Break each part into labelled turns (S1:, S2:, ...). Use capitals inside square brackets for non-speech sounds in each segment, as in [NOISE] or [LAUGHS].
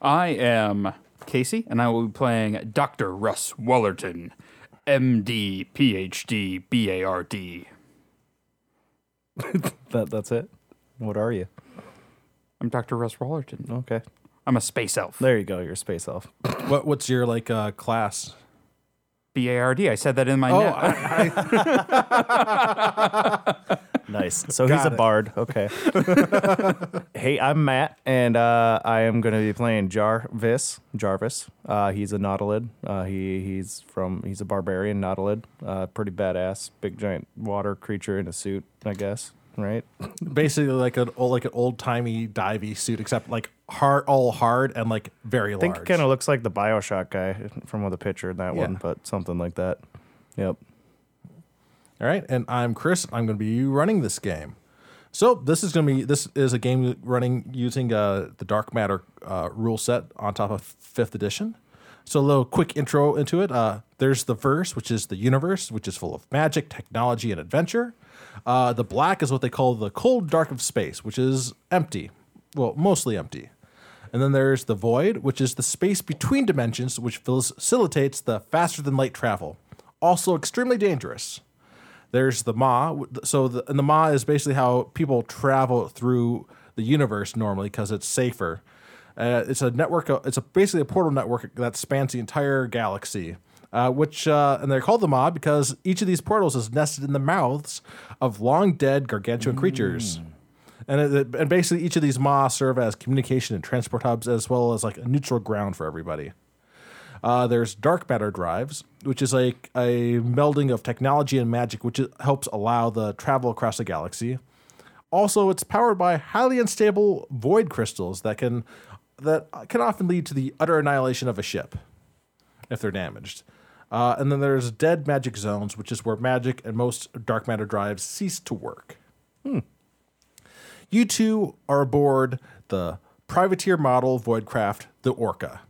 S1: I am Casey, and I will be playing Dr. Russ Wallerton, MD, PhD, BARD.
S2: That that's it. What are you?
S1: I'm Dr. Russ Wallerton.
S2: Okay.
S1: I'm a space elf.
S2: There you go. You're a space elf. [LAUGHS]
S3: What what's your like uh, class?
S1: BARD. I said that in my
S3: Oh,
S1: net.
S3: I, I,
S2: Nice. So he's a
S3: Got it.
S2: bard.
S3: [LAUGHS]
S2: Okay. hey, I'm Matt, and uh, I am going to be playing Jarvis. Jarvis. Uh, he's a Nautilid. Uh, he he's from he's a barbarian Nautilid. Uh, pretty badass, big giant water creature in a suit, I guess. Right.
S3: basically like an old like an old timey divey suit, except like hard, all hard and like very
S2: I think
S3: large.
S2: it kind of looks like the Bioshock guy from the picture in that
S3: Yeah.
S2: one, but something like that. Yep.
S3: All right, and I'm Chris. I'm going to be running this game. So this is going to be this is a game running using uh, the dark matter uh, rule set on top of fifth edition. So a little quick intro into it. Uh, there's the verse, which is the universe, which is full of magic, technology, and adventure. Uh, the black is what they call the cold dark of space, which is empty, well, mostly empty. And then there's the void, which is the space between dimensions, which facilitates the faster than light travel. Also extremely dangerous. There's the Ma. w- So the, and the Ma is basically how people travel through the universe normally because it's safer. Uh, it's a network. o- It's a, basically a portal network that spans the entire galaxy. Uh, which uh, and they're called the Ma because each of these portals is nested in the mouths of long dead gargantuan creatures. And, it- it, and basically, each of these Ma serve as communication and transport hubs, as well as like a neutral ground for everybody. Uh, there's dark matter drives, which is like a melding of technology and magic, which i- helps allow the travel across the galaxy. Also, it's powered by highly unstable void crystals that can that can often lead to the utter annihilation of a ship if they're damaged. Uh, and then there's dead magic zones, which is where magic and most dark matter drives cease to work. You two are aboard the privateer model Voidcraft, the Orca.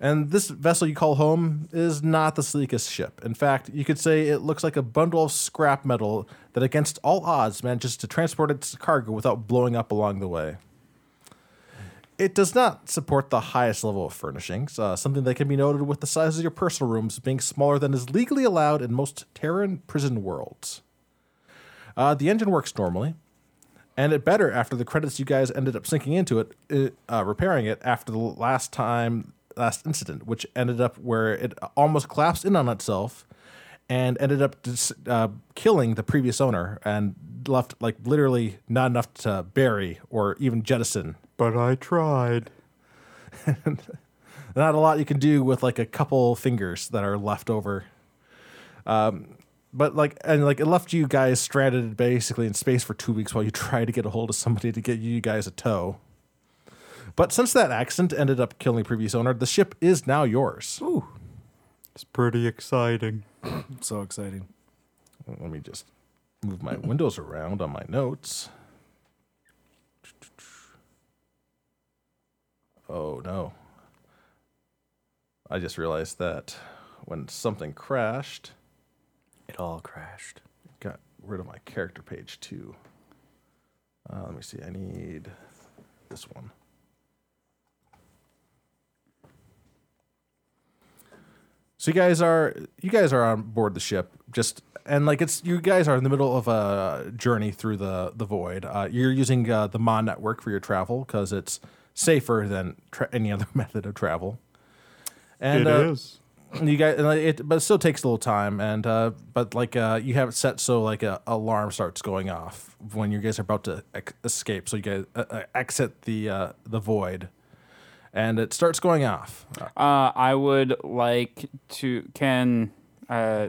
S3: And this vessel you call home is not the sleekest ship. In fact, you could say it looks like a bundle of scrap metal that, against all odds, manages to transport its cargo without blowing up along the way. It does not support the highest level of furnishings, uh, something that can be noted with the size of your personal rooms being smaller than is legally allowed in most Terran prison worlds. Uh, the engine works normally, and it better after the credits you guys ended up sinking into it, it uh, repairing it after the last time last incident which ended up where it almost collapsed in on itself and ended up dis- uh, killing the previous owner and left like literally not enough to bury or even jettison
S1: but I tried.
S3: not a lot you can do with like a couple fingers that are left over. Um, but like and like it left you guys stranded basically in space for two weeks while you [LAUGHS] tried to get a hold of somebody to get you guys a tow. But since that accident ended up killing the previous owner, the ship is now yours.
S1: It's pretty exciting.
S2: So exciting.
S3: Let me just move my windows around on my notes. Oh no. I just realized that when something crashed,
S2: It all crashed.
S3: got rid of my character page too. Uh, let me see. I need this one. So you guys are you guys are on board the ship, just and like it's you guys are in the middle of a journey through the the void. Uh, you're using uh, the Ma network for your travel because it's safer than tra- any other [LAUGHS] method of travel.
S1: It
S3: And
S1: is.
S3: uh, you guys and like, it but it still takes a little time and uh but like uh you have it set so like a alarm starts going off when you guys are about to ex- escape so you guys uh, uh, exit the uh the void and it starts going off Uh,
S1: Uh, I would like to. Can uh,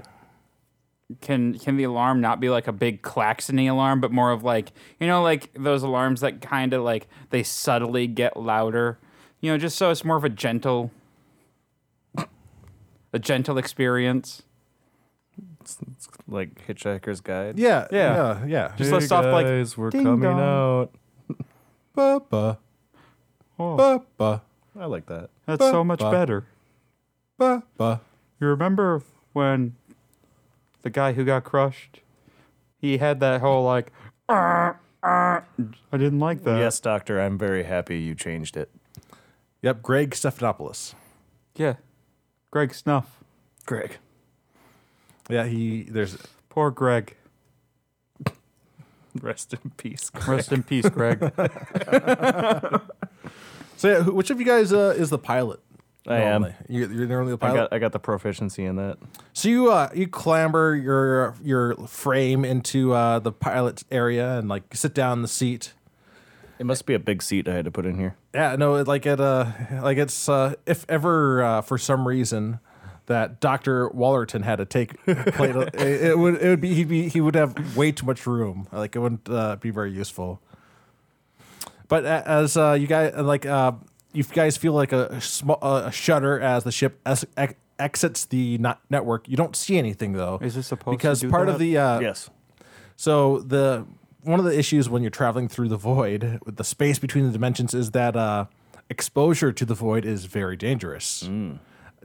S1: can can the alarm not be like a big klaxony alarm, but more of like you know, like those alarms that kind of like they subtly get louder, you know, just so it's more of a gentle, a gentle experience.
S2: It's like Hitchhiker's Guide.
S3: yeah
S1: Yeah.
S3: yeah yeah
S1: Just list off, like,
S2: guys, we're
S1: ding
S2: coming
S1: dong.
S2: out.
S3: ba, ba,
S1: Oh.
S3: ba, ba,
S2: I like that.
S1: That's
S3: Ba- ba-
S1: better.
S3: ba, ba.
S1: You remember when the guy who got crushed, he had that whole like, "Arr, arr." I didn't like that.
S2: yes, doctor, I'm very happy you changed it.
S3: Yep, Greg Stephanopoulos.
S1: Yeah. Greg Snuff.
S2: Greg.
S3: Yeah, he there's
S1: Poor Greg.
S2: Rest in peace.
S1: Rest in peace,
S2: [LAUGHS]
S1: Greg.
S3: so yeah, who- which of you guys uh, is the pilot?
S2: I am.
S3: normally? You, you're normally the
S2: I
S3: pilot.
S2: got, I got the proficiency in that.
S3: So you uh, you clamber your your frame into uh, the pilot area and like sit down in the seat.
S2: It must be a big seat I had to put in here.
S3: Yeah, no, it- like it uh like it's uh, if ever uh, for some reason that Doctor Wallerton had to take plate, uh,
S1: [LAUGHS]
S3: it, it would it would be he'd be he would have way too much room. Like it wouldn't uh, be very useful. But a- as uh, you guys like uh, you guys feel like a, sm- a shudder as the ship es- ex- exits the not- network, you don't see anything though.
S1: Is it supposed to
S3: because
S1: do
S3: part of
S1: that?
S3: the uh,
S2: yes.
S3: so the one of the issues when you're traveling through the void, with the space between the dimensions, is that uh, exposure to the void is very dangerous.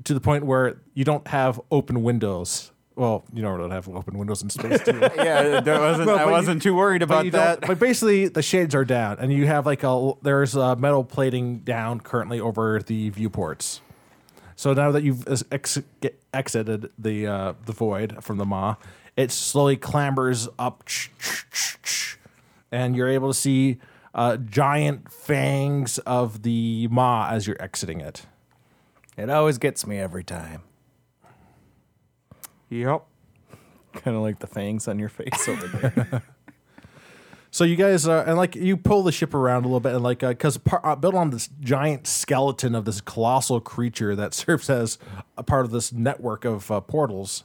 S3: To the point where you don't have open windows. Well, you don't really have open windows in space. Do you?
S1: yeah, that wasn't,
S3: Well, but
S1: I
S3: you-
S1: wasn't too worried
S3: But,
S1: about
S3: you
S1: that.
S3: don't- but basically, the shades are down, and you have like a there's uh metal plating down currently over the viewports. So now that you've ex- ex- get- exited the uh, the void from the maw, it slowly clambers up, and you're able to see uh, giant fangs of the maw as you're exiting it.
S2: It always gets me every time.
S1: Yep.
S2: Kind of like the fangs on your face over there.
S3: So you guys uh, and like you pull the ship around a little bit and like because par uh, built on this giant skeleton of this colossal creature that [LAUGHS] serves as a part of this network of uh, portals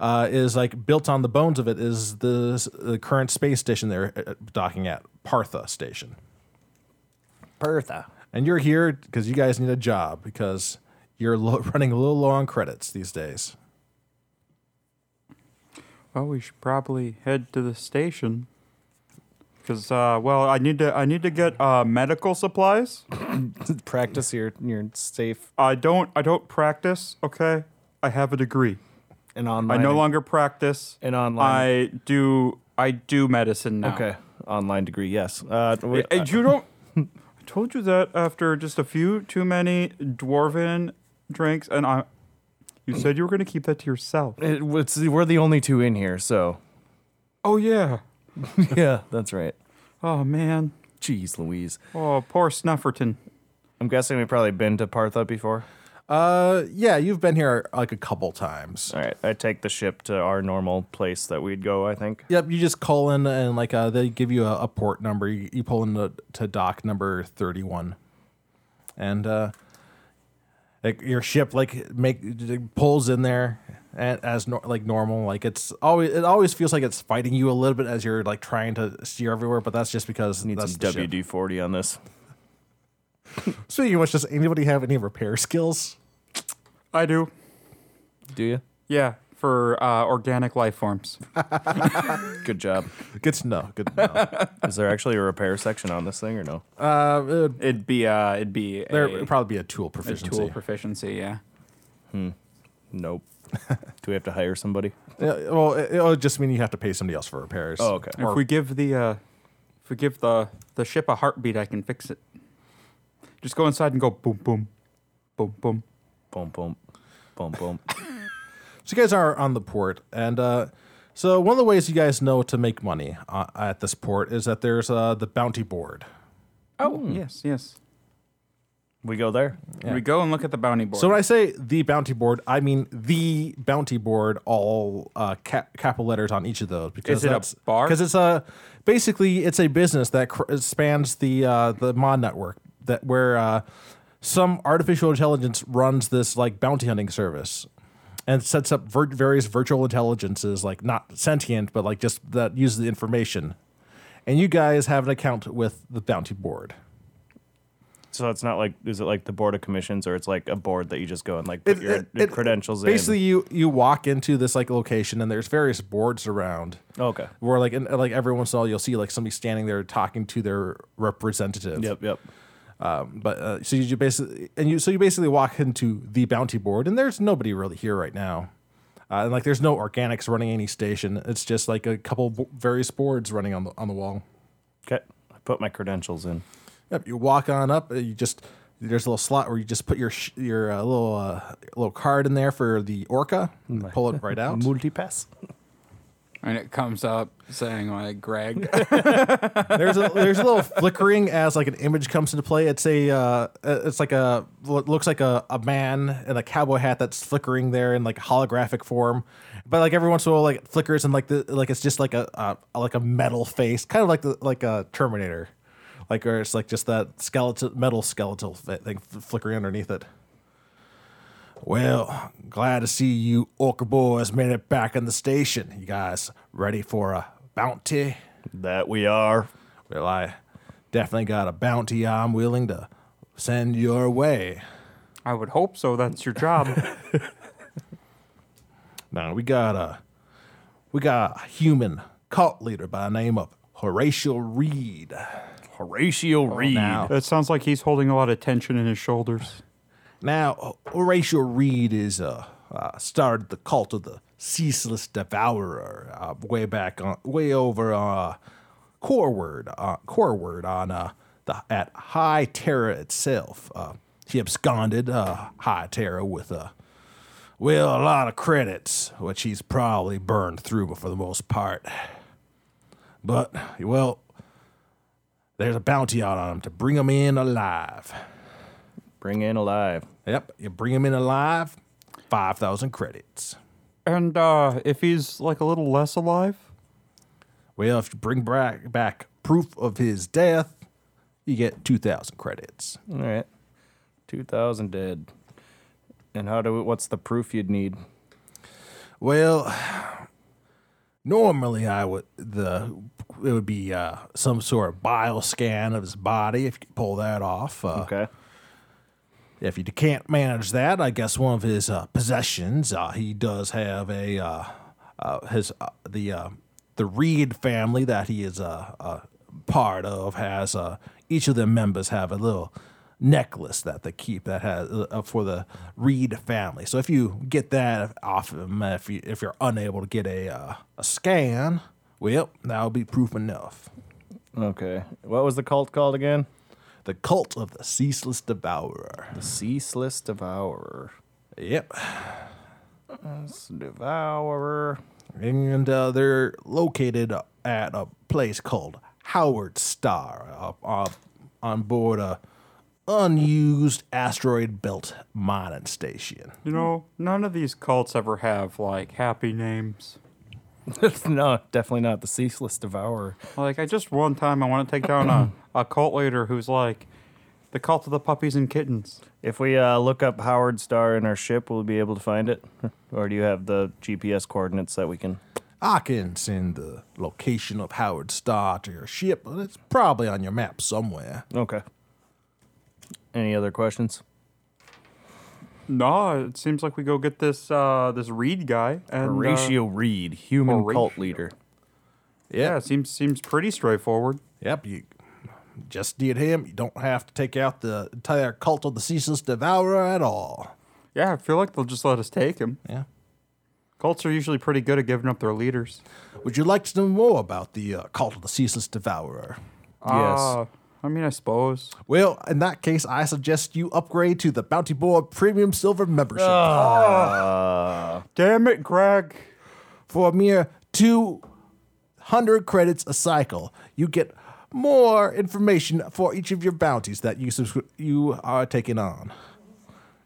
S3: uh, is like built on the bones of it is this, the current space station they're uh, docking at Partha station
S2: Bertha.
S3: and you're here because you guys need a job because you're lo- [LAUGHS] running a little low on credits these days.
S1: Well, we should probably head to the station. Cause uh, well, I need to I need to get uh, medical supplies.
S2: [LAUGHS] Practice your, your safe
S1: I don't I don't practice. Okay, I have a degree.
S2: and online.
S1: I no longer practice.
S2: An online-
S1: I do I do medicine now.
S2: Okay. Online degree, yes. Uh, we-
S1: Uh, you don't. [LAUGHS] I told you that after just a few too many dwarven drinks, and I. You said you were gonna keep that to yourself.
S2: It, it's, we're the only two in here, so.
S1: Oh yeah.
S2: [LAUGHS] yeah, that's right.
S1: Oh man.
S2: Jeez Louise.
S1: Oh poor Snufferton.
S2: I'm guessing we've probably been to Partha before.
S3: Uh, yeah, you've been here like a couple times.
S2: All right. I take the ship to our normal place that we'd go, I think.
S3: Yep, you just call in and like uh, they give you a, a port number. You, you pull in to, to dock number thirty one, and uh, like your ship like make it pulls in there and as nor- like normal. Like it's always it always feels like it's fighting you a little bit as you're like trying to steer everywhere. But that's just because
S2: Need
S3: that's
S2: some
S3: the ship.
S2: WD 40 on this.
S3: Speaking of which, does anybody have any repair skills?
S1: I do.
S2: Do you?
S1: Yeah, for uh, organic life forms.
S2: Good job.
S3: Good to know. Good to
S2: Is there actually a repair section on this thing or no?
S3: know. [LAUGHS] uh, it would-
S1: It'd be uh, it'd be
S3: there
S1: a,
S3: would probably be a tool
S1: a
S3: proficiency.
S1: tool proficiency. Yeah.
S2: Nope.
S3: [LAUGHS]
S2: Do we have to hire somebody?
S3: Yeah, well, it, it would just mean you have to pay somebody else for repairs.
S2: Oh, okay.
S1: if we give the uh, if we give the the ship a heartbeat, I can fix it. Just go inside and go boom boom, boom boom.
S2: Boom, boom, boom, boom.
S3: So you guys are on the port, and uh, so one of the ways you guys know to make money uh, at this port is that there's uh, the bounty board.
S1: Oh yes yes.
S2: we go there.
S1: We go and look at the bounty board.
S3: So when I say the bounty board, I mean the bounty board, all uh, cap- capital letters on each of those. Because
S1: Is it a bar?
S3: Because it's a basically it's a business that cr- spans the uh, the mod network that where uh, some artificial intelligence runs this like bounty hunting service. And sets up vir- various virtual intelligences, like not sentient, but like just that uses the information. And you guys have an account with the bounty board.
S2: So it's not like, is it like the Board of Commissions or it's like a board that you just go and like put
S3: It-
S2: your
S3: it- it-
S2: credentials
S3: basically
S2: in?
S3: you you walk into this like location and there's various boards around
S2: Oh, Okay.
S3: where like and, like every once in a while you'll see like somebody standing there talking to their representative
S2: Yep, yep.
S3: um, but uh, so you basically and you so you basically walk into the bounty board and there's nobody really here right now uh, and like there's no organics running any station it's just like a couple bo- various boards running on the on the wall
S2: Okay. I put my credentials in.
S3: Yep, you walk on up. uh, You just There's a little slot where you just put your sh- your uh, little uh, little card in there for the
S2: [LAUGHS]
S3: orca. Pull it right out.
S2: Multipass.
S1: and it comes up saying
S3: [LAUGHS]
S1: like Greg.
S3: there's a there's a little flickering as like an image comes into play. It's a uh, it's like a what looks like a, a man in a cowboy hat that's flickering there in like holographic form, but like every once in a while like it flickers and like the like it's just like a, a like a metal face, kind of like the like a Terminator, like or it's like just that skeletal metal skeletal fa- thing f- flickering underneath it. Well, glad to see you orca boys made it back in the station. You guys ready for a bounty?
S2: That we are.
S3: Well, I definitely got a bounty I'm willing to send your way.
S1: I would hope so. That's your job.
S3: Now we got a we got a human cult leader by the name of Horatio Reed.
S2: [LAUGHS]
S1: Oh,
S2: Horatio Reed.
S3: Now,
S1: that sounds like he's holding a lot of tension in his shoulders.
S3: now Horatio Reed is uh, uh started the cult of the ceaseless devourer uh, way back on way over uh core word uh, core word on uh the at High Terra itself. Uh, he absconded uh, High Terra with uh Well, a lot of credits, which he's probably burned through for the most part. But, well, there's a bounty out on him to bring him in alive.
S2: Bring in alive.
S3: Yep, you bring him in alive, 5,000 credits.
S1: And uh, if he's like a little less alive,
S3: Well, if you bring back, back proof of his death, you get 2,000 credits.
S2: All right. 2000 dead. And how do we, what's the proof you'd need?
S3: Well, normally I would the it would be uh, some sort of bile scan of his body if you could pull that off. Uh,
S2: Okay.
S3: if you can't manage that, I guess one of his uh, possessions, uh, he does have a uh, uh, his uh, the uh, the Reed family that he is a uh, uh, part of has uh, each of the members have a little necklace that they keep that has uh, for the Reed family. So if you get that off of him, if you if you're unable to get a uh, a scan, well, that'll be proof enough.
S2: Okay. What was the cult called again?
S3: The cult of the ceaseless devourer.
S2: The Ceaseless Devourer.
S3: Yep.
S2: Ceaseless Devourer. [LAUGHS]
S3: and uh, they're located at a place called Howard Star uh, uh, on board a unused asteroid belt mining station.
S1: you know, none of these cults ever have like happy names.
S2: no, definitely not the Ceaseless Devourer.
S1: Like I just one time I want to take down a, a cult leader who's like the cult of the puppies and kittens.
S2: If we uh, look up Howard Star in our ship, we'll be able to find it. [LAUGHS] Or do you have the GPS coordinates that we can?
S3: I can send the location of Howard Star to your ship, but it's probably on your map somewhere.
S2: Okay. Any other questions?
S1: No, it seems like we go get this uh, this Reed guy and uh,
S2: Horatio Reed, human cult
S1: Horatio.
S2: leader.
S1: yeah, seems seems pretty straightforward.
S3: Yep, you just did him. You don't have to take out the entire cult of the ceaseless devourer at all.
S1: Yeah, I feel like they'll just let us take him.
S3: Yeah.
S1: Cults are usually pretty good at giving up their leaders.
S3: Would you like to know more about the uh, cult of the ceaseless devourer?
S2: Yes.
S1: Uh, I mean, I suppose.
S3: Well, in that case, I suggest you upgrade to the Bounty Board Premium Silver membership
S1: Damn it, Greg.
S3: for a mere 200 credits a cycle. You get more information for each of your bounties that you subscri- you are taking on.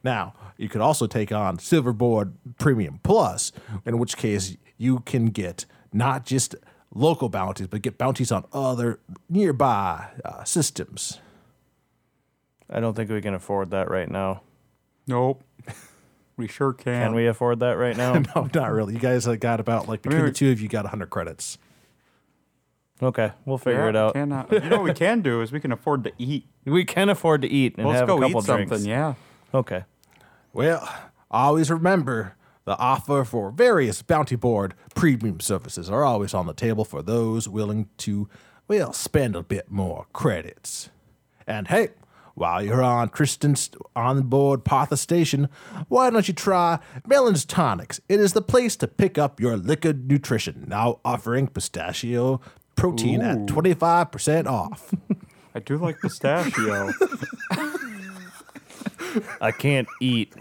S3: Now, you could also take on Silver Board Premium Plus, in which case you can get not just local bounties, but get bounties on other nearby uh, systems. [LAUGHS]
S2: I don't think we can afford that right now.
S1: Nope. [LAUGHS] We sure can.
S2: Can we afford that right now?
S3: No, not really. You guys uh, got about like between
S1: mean,
S3: the two of you got 100 credits.
S2: Okay, we'll figure
S1: Yeah,
S2: it out.
S1: Cannot. You know what we can do is we can afford to eat.
S2: We can afford to eat [LAUGHS] and
S1: Let's
S2: have
S1: go
S2: a couple
S1: eat
S2: drinks.
S1: something. Yeah.
S2: Okay.
S3: Well, always remember the offer for various bounty board premium services are always on the table for those willing to, well, spend a bit more credits. And hey, while you're on Tristan's on board Partha Station, why don't you try Melon's Tonics? It is the place to pick up your liquor nutrition, now offering pistachio protein at 25% off.
S2: [LAUGHS]
S1: I do like pistachio.
S2: I can't [LAUGHS] eat.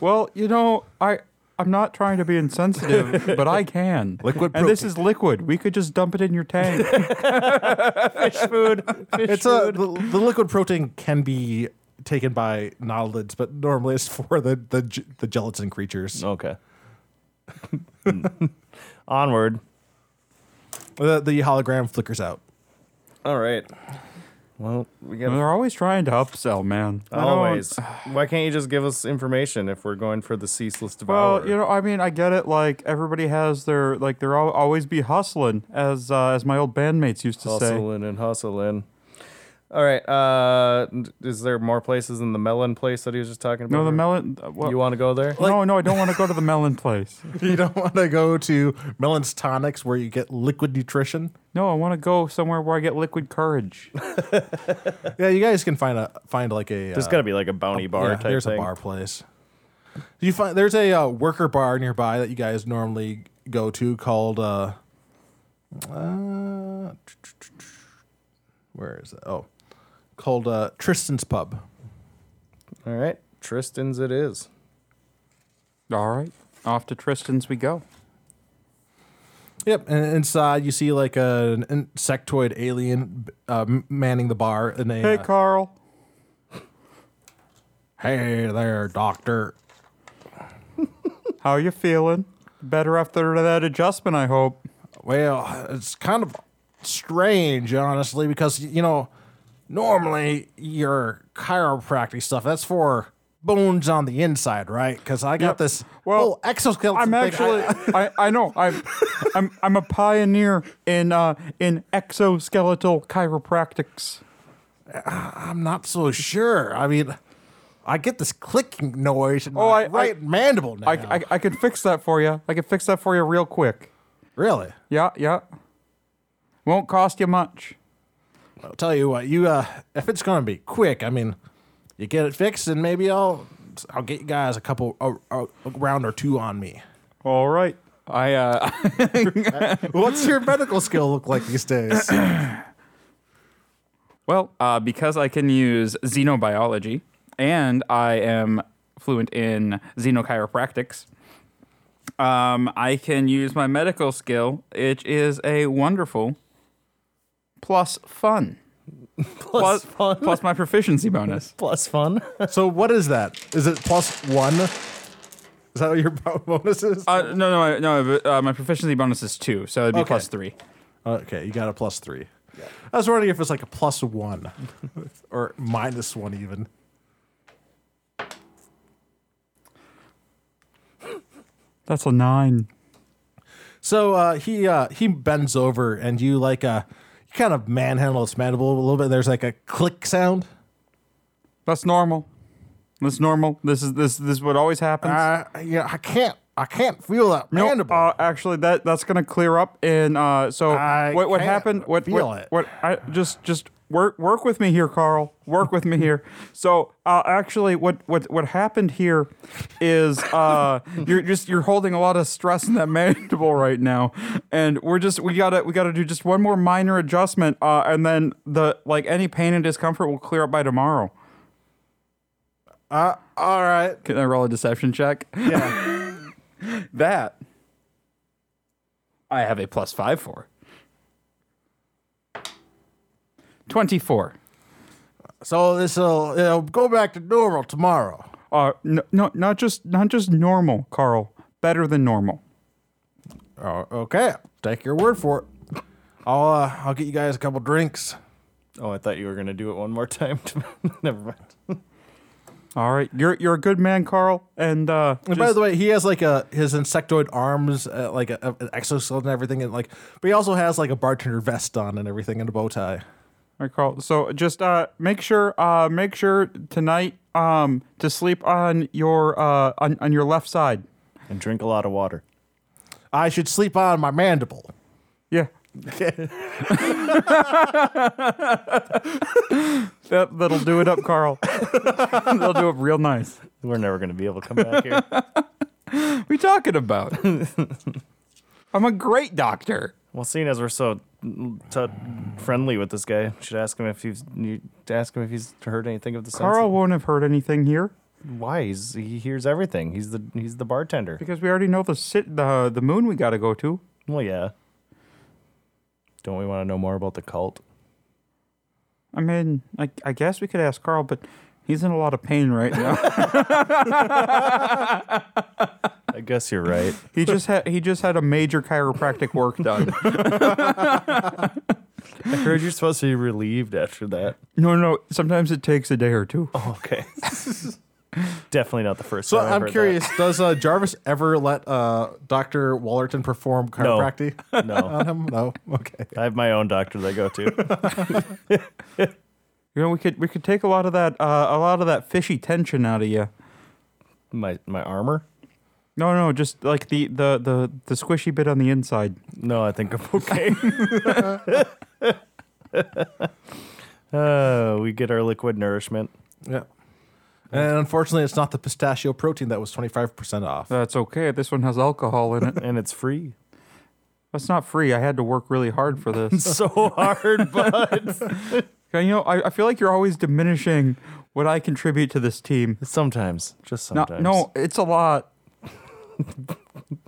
S1: Well, you know, I I'm not trying to be insensitive,
S2: [LAUGHS]
S1: but I can.
S3: [LAUGHS]
S4: Liquid
S1: and this
S4: protein.
S1: is liquid. We could just dump it in
S2: [LAUGHS]
S1: your tank. fish [LAUGHS] food. Fish
S3: It's a the, the liquid protein can be taken by nodalids, but normally it's for the the, ge- the gelatin creatures.
S2: Okay. [LAUGHS] Onward.
S3: The, the hologram flickers out. [LAUGHS]
S2: All right. Well, we got
S1: They're always trying to upsell, man. I don't-
S2: always. Why can't you just give us information if we're going for the ceaseless devourer?
S1: Well, you know, I mean, I get it. Like everybody has their like, they're al- always be hustling, as uh, as my old bandmates used to say.
S2: hustling and hustling. All right. Uh, is there more places than the melon place that he was just talking about?
S1: No, the melon. uh, Well,
S2: You want to go there?
S1: no, no, I don't want to go to the
S2: [LAUGHS]
S1: melon place.
S3: You don't want to go to Melon's Tonics where you get liquid nutrition.
S1: No, I want to go somewhere where I get liquid courage.
S3: Yeah, you guys can find a find like a.
S2: There's
S3: uh,
S2: got to be like a bounty bar
S3: yeah,
S2: type
S3: there's
S2: thing.
S3: a bar place. You find there's a uh, worker bar nearby that you guys normally go to called. Uh, uh, where is it? Oh, called uh, Tristan's Pub.
S2: All right. Tristan's it is.
S1: All right, off to Tristan's we go.
S3: Yep, and inside you see like an insectoid alien uh, manning the bar. And a,
S1: Hey,
S3: uh,
S1: Carl.
S3: hey there, doctor.
S1: How you feeling? Better after that adjustment, I hope.
S3: Well, it's kind of strange, honestly, because you know, normally your chiropractic stuff that's for bones on the inside, right? Because I got
S1: Yep.
S3: this
S1: Well,
S3: well exoskeleton.
S1: I'm
S3: thing. I-
S1: actually, I, I know, I'm, I'm, I'm a pioneer in uh, in exoskeletal chiropractics.
S3: I'm not so sure. I mean, I get this clicking noise in my
S1: Oh, I- I-
S3: right mandible now.
S1: I, I, I could fix that for you. I could fix that for you real quick.
S3: really.
S1: Yeah, yeah. Won't cost you much.
S3: I'll tell you what, you uh, if it's gonna be quick, I mean, you get it fixed, and maybe I'll I'll get you guys a couple a, a, a round or two on [LAUGHS] me.
S1: All right. I uh, [LAUGHS]
S3: What's your medical skill look like these days?
S1: well, uh, because I can use xenobiology and I am fluent in xenochiropractics. Um, I can use my medical skill. It is a wonderful plus fun.
S2: Plus, plus fun.
S1: plus my proficiency bonus.
S2: Plus fun.
S3: [COUGHS] so what is that? Is it plus one? Is that what your bo- [LAUGHS] bonus is?
S1: Uh, no, no, I- no. but, Uh, my proficiency bonus is two, so it'd be
S3: Okay.
S1: plus three.
S3: okay, you got a plus three. I was wondering if it's like a plus [LAUGHS] one or minus one even.
S1: That's a nine.
S3: So uh, he uh, he bends over and you like uh, you kind of manhandle his mandible a little bit. There's like a click sound.
S1: That's normal. That's normal. This is this this is what always happens.
S3: Uh, you know, I can't I can't feel that
S1: No,
S3: mandible.
S1: uh, actually, that that's gonna clear up. And uh, so
S3: I
S1: what what
S3: can't
S1: happened? What
S3: feel
S1: what,
S3: it.
S1: what? I just just work work with me here, Carl. Work with me here. So uh, actually, what what what happened here is uh, [LAUGHS] you're just you're holding a lot of stress in that [LAUGHS] mandible right now, and we're just we gotta we gotta do just one more minor adjustment, uh, and then the like any pain and discomfort will clear up by tomorrow.
S3: Uh, All right.
S1: Can I roll a deception check? Yeah. [LAUGHS] that I have a plus five for. 24.
S3: So this'll it'll go back to normal tomorrow.
S1: Uh, no, no, not just not just normal, Carl. Better than normal.
S3: Oh, okay. Take your word for it. I'll uh, I'll get you guys a couple drinks.
S2: Oh, I thought you were gonna do it one more [LAUGHS] time. Never mind.
S1: All right, you're you're a good man, Carl. And uh,
S3: And by the way, he has like a his insectoid arms, uh, like a, a- an exoskeleton and everything, and like, but he also has like a bartender vest on and everything and a bow tie.
S1: All right, Carl. So just uh, make sure uh, make sure tonight um to sleep on your uh on, on your left side.
S2: And drink a lot of water.
S3: I should sleep on my mandible. [LAUGHS]
S1: Yeah. that that'll do it up, Carl. [LAUGHS] that'll do it real nice.
S2: We're never gonna be able to come back
S3: [LAUGHS]
S2: here.
S1: What are you talking about? I'm a great doctor.
S2: Well, seeing as we're so t- friendly with this guy, should ask him if he's you ask him if he's heard anything of the
S1: Carl won't have heard anything here
S2: sense. Why? He's, he hears everything. He's the he's the bartender.
S1: because we already know the sit the the moon we got to go to.
S2: Well, yeah. Don't we want to know more about the cult?
S1: I mean, I, I guess we could ask Carl, but he's in a lot of pain right now.
S2: I guess you're right.
S1: he just had he just had a major chiropractic work done.
S2: I heard you're supposed to be relieved after that.
S1: no, no. Sometimes it takes a day or two.
S2: Okay. [LAUGHS] Definitely not the first.
S3: So
S2: time I've
S3: I'm
S2: heard that.
S3: curious, does uh, Jarvis ever let uh, Dr. Wallerton perform chiropractic
S2: No,
S3: on him? No. [LAUGHS] Okay.
S2: I have my own doctor that I go to.
S1: You know, we could we could take a lot of that uh, a lot of that fishy tension out of you.
S2: My my armor.
S1: No, no, just like the the the, the squishy bit on the inside.
S2: No, I think I'm [LAUGHS] okay. [LAUGHS] uh, we get our liquid nourishment.
S3: Yeah. And unfortunately, it's not the pistachio protein that was 25% off.
S1: That's okay. This one has
S2: [LAUGHS]
S1: alcohol in it.
S2: and it's free.
S1: That's not free. I had to work really hard for this.
S2: [LAUGHS] So hard, but
S1: you know, I, I feel like you're always diminishing what I contribute to this team.
S2: sometimes, just
S1: No,
S2: sometimes.
S1: no, it's a lot.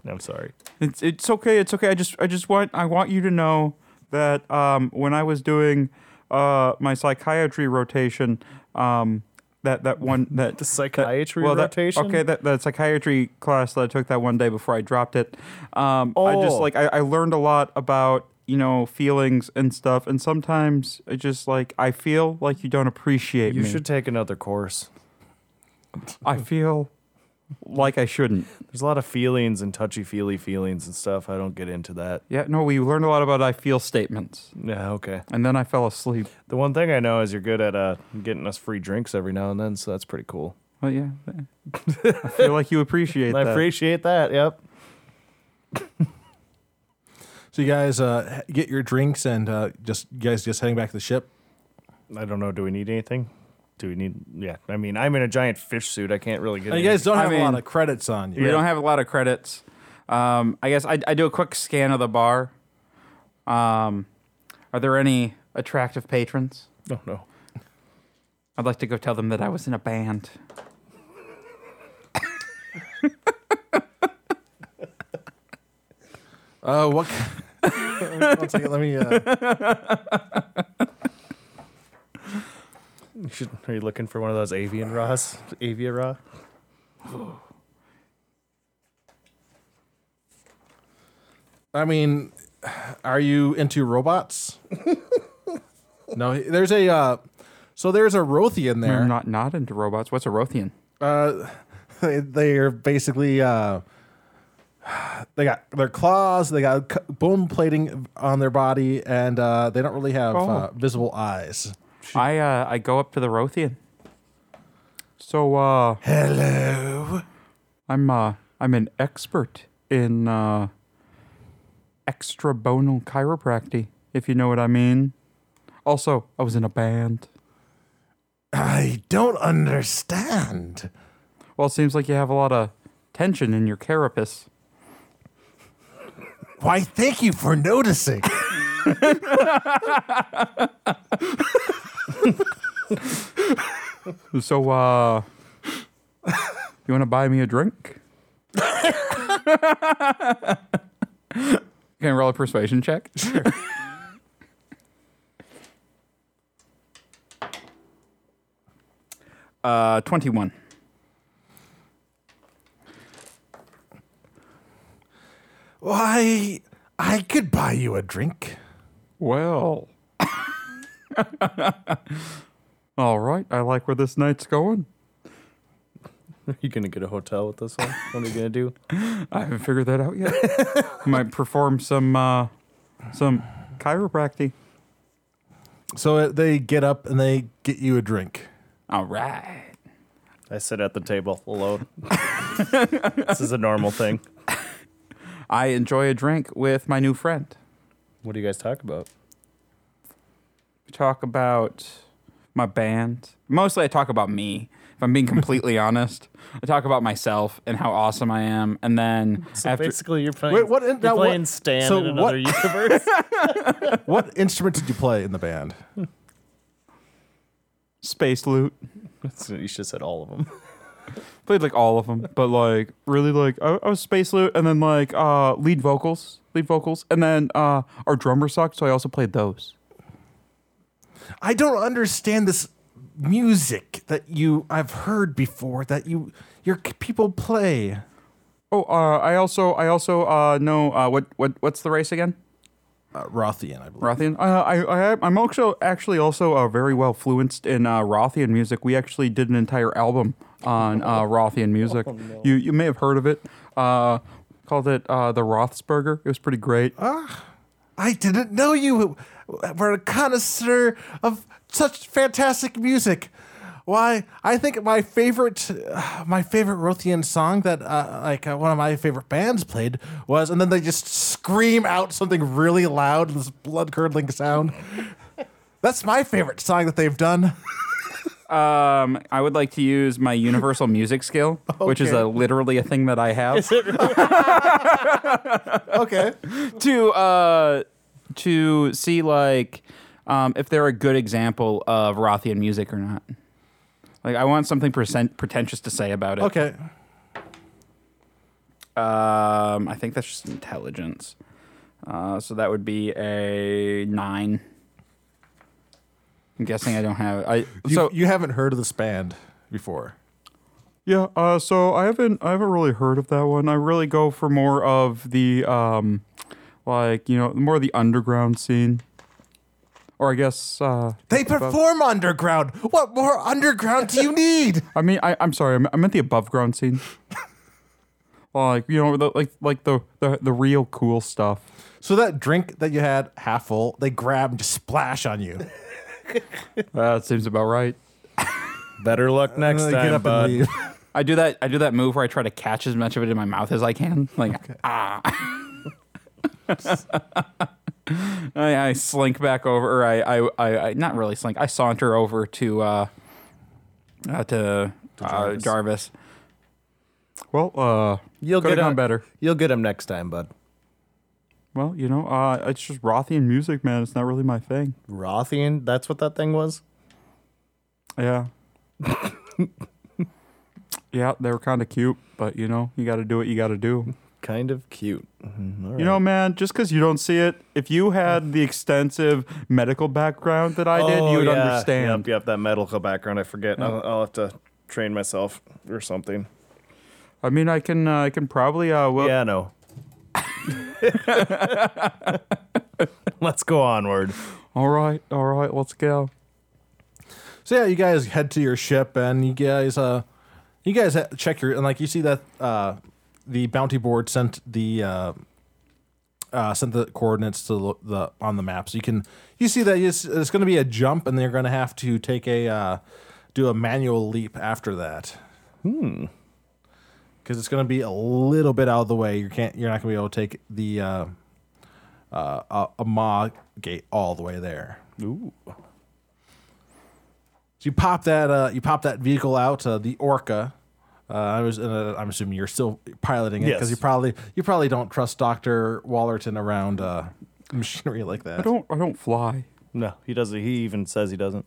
S2: I'm sorry.
S1: It's it's okay. It's okay. I just I just want I want you to know that um, when I was doing uh, my psychiatry rotation, um, that
S2: [LAUGHS]
S1: that one that
S2: The psychiatry
S1: well, that-
S2: rotation.
S1: okay, that, that psychiatry class that I took that one day before I dropped it. Um, I
S2: Oh.
S1: just like I, I learned a lot about you know feelings and stuff, and sometimes I just like I feel like you don't appreciate
S2: you
S1: me.
S2: should take another course.
S1: I feel like I shouldn't.
S2: There's a lot of feelings and touchy feely feelings and stuff. I don't get into that.
S1: Yeah, no, we learned a lot about I feel statements,
S2: Yeah, okay.
S1: and then I fell asleep.
S2: The one thing I know is you're good at uh, getting us free drinks every now and then, so that's pretty cool.
S1: Well, yeah, I feel like you
S2: [LAUGHS]
S1: appreciate
S2: I
S1: that.
S2: appreciate that. Yep.
S3: So you guys uh, get your drinks and uh, just you guys just heading back to the ship.
S2: I don't know. Do we need anything? Do we need? Yeah. I mean, I'm in a giant fish suit. I can't really get.
S3: And you guys don't
S1: I
S3: have a lot
S1: mean-
S3: of credits on you.
S1: We don't have a lot of credits. Um, I guess I, I do a quick scan of the bar. Um, are there any attractive patrons?
S2: don't know.
S1: I'd like to go tell them that I was in a band.
S3: Uh, what? [LAUGHS] One second, let me. Uh,
S2: You should, are you looking for one of those avian raws? Avia raw?
S3: I mean, are you into
S1: [LAUGHS]
S3: robots? no, there's a. Uh, so there's a Rothian
S1: I'm
S3: there.
S1: not not into robots. What's a Rothian?
S3: Uh, they, they are basically. Uh, they got their claws. They got c- bone plating on their body, and uh, they don't really have
S1: Oh.
S3: uh, visible eyes.
S1: I uh, I go up to the Rothian. So uh,
S3: Hello.
S1: I'm uh, I'm an expert in uh, extrabonal chiropractic, if you know what I mean. Also, I was in a band.
S3: I don't understand.
S1: Well, it seems like you have a lot of tension in your carapace.
S3: Why, thank you for noticing.
S1: So, uh, you want to buy me a drink? [LAUGHS] Can I roll a persuasion check? Sure. uh, 21.
S3: Why, I could buy you a drink.
S1: Well. [LAUGHS] All right. I like where this night's going.
S2: [LAUGHS] Are you gonna get a hotel with this one? What are you gonna do?
S1: I haven't figured that out yet. Might perform some uh, some chiropractic.
S3: So uh, they get up and they get you a drink.
S1: All right.
S2: I sit at the table
S3: [LAUGHS]
S2: alone. this is a normal thing.
S1: I enjoy a drink with my new friend.
S2: What do you guys talk about?
S1: We talk about my band. Mostly I talk about me. If I'm being completely honest, I talk about myself and how awesome I am. And then
S4: So
S1: after
S4: basically, you're playing.
S3: Wait, what-
S4: You're
S3: now what-
S4: playing Stan
S3: so
S4: in
S3: what-
S4: another
S3: [LAUGHS]
S4: universe.
S3: What [LAUGHS] instrument did you play in the band?
S1: space loot,
S4: That's- you should have said all of them.
S1: played like all of them, but like really like I, I was space loot and then like uh lead vocals, lead vocals, and then uh our drummer sucked, so I also played those.
S3: I don't understand this music that you I've heard before that you your c- people play.
S1: Oh, uh, I also I also uh know uh what what what's the race again?
S3: Uh, Rothian, I believe.
S1: Rothian. Uh, I, I, I'm also actually also uh, very well fluenced in uh, Rothian music. We actually did an entire album on uh, Rothian music. You you may have heard of it. Uh, called it uh, the Rothsburger. It was pretty great.
S3: I didn't know you were a connoisseur of such fantastic music. Why? I think my favorite, [SIGHS] uh, my favorite Rothian song that uh, like uh, one of my favorite bands played was, and then they just scream out something really loud, this blood curdling [LAUGHS] sound. That's my favorite song that they've [LAUGHS] done.
S1: Um, I would like to use my universal music [LAUGHS] skill, which is
S3: Okay.
S1: a, literally a thing that I have,
S3: Okay.
S1: to uh, to see like um, if they're a good example of Rothian music or not. Like I want something percent- pretentious to say about it.
S3: Okay.
S1: Um, I think that's just intelligence. Uh, so that would be a nine. I'm guessing I don't have. I
S3: You,
S1: so
S3: you haven't heard of this band before.
S1: yeah. Uh, so I haven't. I haven't really heard of that one. I really go for more of the um, like you know, more of the underground scene. Or I guess. Uh,
S3: They perform underground. What more underground do you need?
S1: I mean, I, I'm sorry. I me- I meant the above ground [LAUGHS] scene. like you know, the, like like the, the the real cool stuff.
S3: [LAUGHS] So that drink that you had half full, they grab and just splash on [LAUGHS] you.
S1: That seems about right.
S2: Better luck next
S3: And they
S2: time, bud.
S3: leave. [LAUGHS]
S1: I do that. I do that move where I try to catch as much of it in my mouth as I can. Like ah. [LAUGHS] I, I slink back over. Or I, I, I, I, not really slink. I saunter over to, uh, uh to, uh,
S2: Jarvis.
S1: Jarvis. Well, uh,
S2: You'll
S1: could've
S2: get
S1: done
S2: him
S1: better.
S2: You'll get him next time, bud.
S1: Well, you know, uh, it's just Rothian music, man. It's not really my thing.
S2: Rothian. That's what that thing was.
S1: [LAUGHS] Yeah. yeah, they were kind of cute, but you know, you got to do what you got to do.
S2: Kind of cute.
S1: You know, man, just because you don't see it, if you had the extensive medical background that I did,
S2: Oh,
S1: you would understand.
S2: Yep, yep. That medical background. I forget. I'll, I'll have to train myself or something.
S1: I mean, I can, uh, I can probably, uh, well,
S2: yeah, no. [LAUGHS] Let's go onward.
S1: all right, all right, let's go.
S3: So yeah, you guys head to your ship, and you guys, uh, you guys ha- check your and like you see that uh, the bounty board sent the uh, uh, sent the coordinates to lo- the on the map, so you can you see that it's, it's going to be a jump, and they're going to have to take a uh, do a manual leap after that. Hmm. Because it's going to be a little bit out of the way. You can't. You're not going to be able to take the uh, uh, a, a ma gate all the way there. So you pop that uh, you pop that vehicle out, uh, the Orca. Uh, I was uh, I'm assuming you're still piloting it
S2: Yes.
S3: because you probably you probably don't trust Doctor Wallerton around uh, [LAUGHS] machinery like that.
S1: I don't, I don't fly.
S2: No, he doesn't. He even says he doesn't.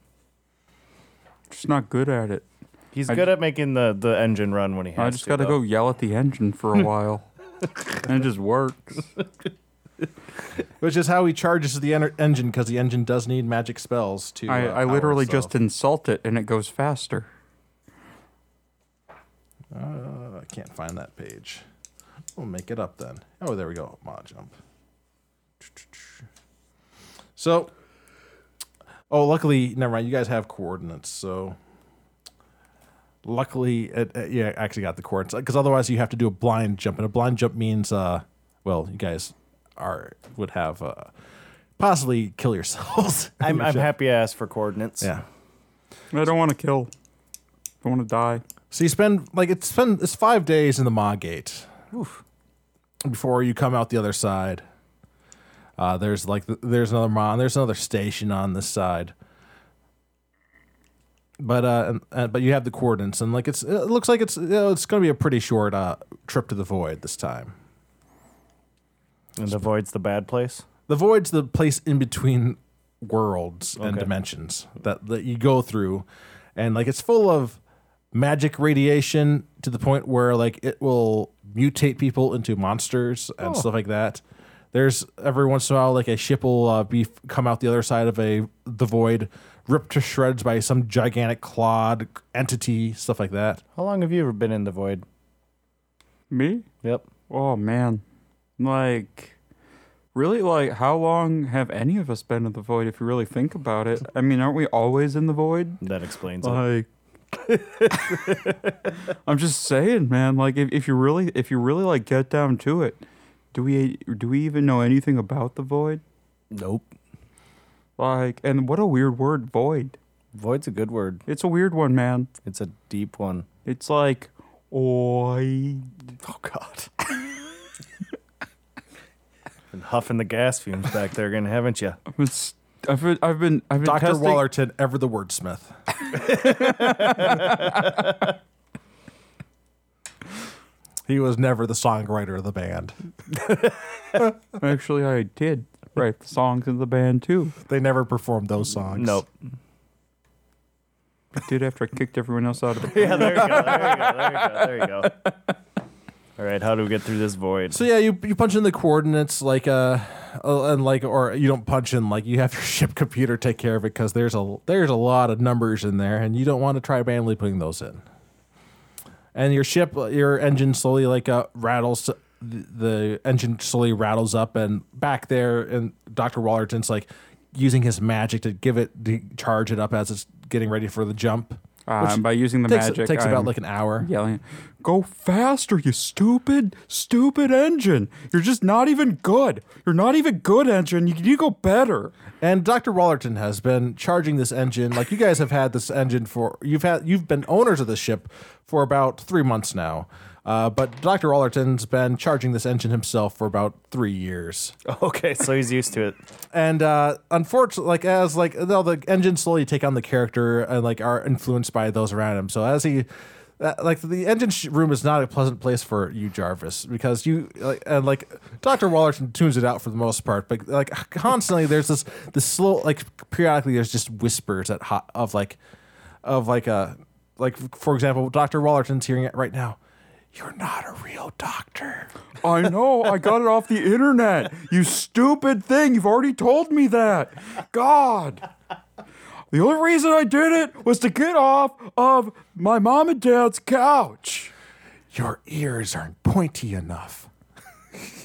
S1: Just not good at it.
S2: He's
S1: I-
S2: good at making the, the engine run when he has
S1: I just
S2: to,
S1: got to
S2: though.
S1: go yell at the
S3: [LAUGHS]
S1: engine for a while, and it just works.
S3: Which is how he charges the ener- engine because the engine does need magic spells to.
S1: I,
S3: uh,
S1: I
S3: power
S1: literally
S3: itself.
S1: just insult it, and it goes faster.
S3: Uh, I can't find that page. We'll make it up then. Oh, there we go. Mod jump. So, oh, luckily, never mind. You guys have coordinates, so luckily, it, it- yeah, I actually got the coordinates because otherwise you have to do a blind jump, and a blind jump means, uh, well, you guys are would have uh, possibly kill yourselves. [LAUGHS]
S2: I'm, I'm happy I asked for coordinates.
S3: yeah.
S1: I don't want to kill. I want to die.
S3: So you spend like it's spend it's five days in the Ma Gate before you come out the other side. Uh, there's like th- there's another Ma and there's another station on this side. But uh, and, uh, but you have the coordinates, and like it's it looks like it's you know, it's going to be a pretty short uh trip to the void this time.
S2: And the void's the bad place.
S3: The void's the place in between worlds and
S2: Okay.
S3: dimensions that, that you go through. And like it's full of magic radiation to the point where like it will mutate people into monsters and stuff like that. There's every once in a while like a ship will uh, be come out the other side of a the void, ripped to shreds by some gigantic clawed entity, stuff like that.
S2: How long have you ever been in the void?
S1: Me?
S2: Yep.
S1: Oh man, like really, like how long have any of us been in the void? If you really think about it, I mean, aren't we always in the void?
S2: That explains it.
S1: Like, [LAUGHS] I'm just saying, man. Like, if, if you really, if you really like get down to it, do we do we even know anything about the void?
S2: Nope.
S1: Like, and what a weird word, void.
S2: Void's a good word.
S1: It's a weird one, man.
S2: It's a deep one.
S1: It's like, oi.
S2: Oh God. Been huffing the gas fumes back there again, haven't you?
S1: I've been, s- I've been, I've been, I've been
S3: Dr.
S1: testing-
S3: Wallerton, ever the wordsmith. he was never the songwriter of the band.
S1: [LAUGHS] Actually, I did write the songs in the band too.
S3: They never performed those songs.
S2: Nope.
S1: I did after I kicked everyone
S3: [LAUGHS]
S1: else out of the
S2: [LAUGHS] Yeah, there you go. There [LAUGHS] you go. There you go. There you go. All right, how do we get through this void?
S3: So yeah, you, you punch in the coordinates like uh uh, and like or you don't punch in like you have your [LAUGHS] ship computer take care of it because there's a there's a lot of numbers in there and you don't want to try manually putting those in. And your ship, your engine slowly like uh, rattles. The, the engine slowly rattles up and back there, and Doctor Wallerton's like using his magic to give it to charge it up as it's getting ready for the jump.
S1: um,
S3: Which
S1: by using the
S3: takes,
S1: magic.
S3: takes about
S1: I'm
S3: like an hour.
S1: yelling, "Go faster, you stupid, stupid engine! You're just not even good. You're not even good, engine. You need to
S2: [LAUGHS]
S1: go better."
S3: And Dr. Wallerton has been charging this engine. Like you guys have had this engine for you've had you've been owners of the ship for about three months now. Uh, but Dr. Wallerton's been charging this engine himself for about three years.
S2: Okay, so he's used to it.
S3: And uh, unfortunately, like as like though the engines slowly take on the character and like are influenced by those around him. So as he uh, like the engine sh- room is not a pleasant place for you, Jarvis, because you like, and like Doctor Wallerton tunes it out for the most part, but like constantly there's this this slow like periodically there's just whispers at hot of like of like a like for example Doctor Wallerton's hearing it right now. You're not a real doctor.
S1: I know. I got it off the internet. You stupid thing. You've already told me that. God. The only reason I did it was to get off of my mom and dad's couch.
S3: Your ears aren't pointy enough.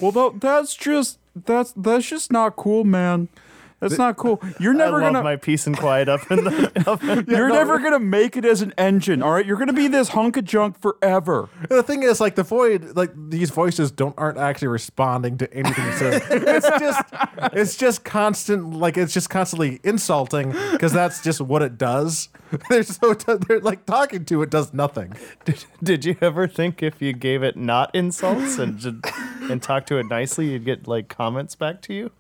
S1: Well, tho- that's just that's that's just not cool, man. That's not cool. You're
S2: I
S1: never
S2: love
S1: gonna
S2: my peace and quiet up in the. [LAUGHS] Up in
S1: you're never gonna make it as an engine. All right, you're gonna be this hunk of junk forever.
S3: The thing is, like the void, like these voices don't aren't actually responding to anything he says. it's just, it's just constant, like it's just constantly insulting because that's just what it does. [LAUGHS] They're so they're like talking to it does nothing.
S2: Did, did you ever think if you gave it not insults and ju- and talked to it nicely, you'd get like comments back to you?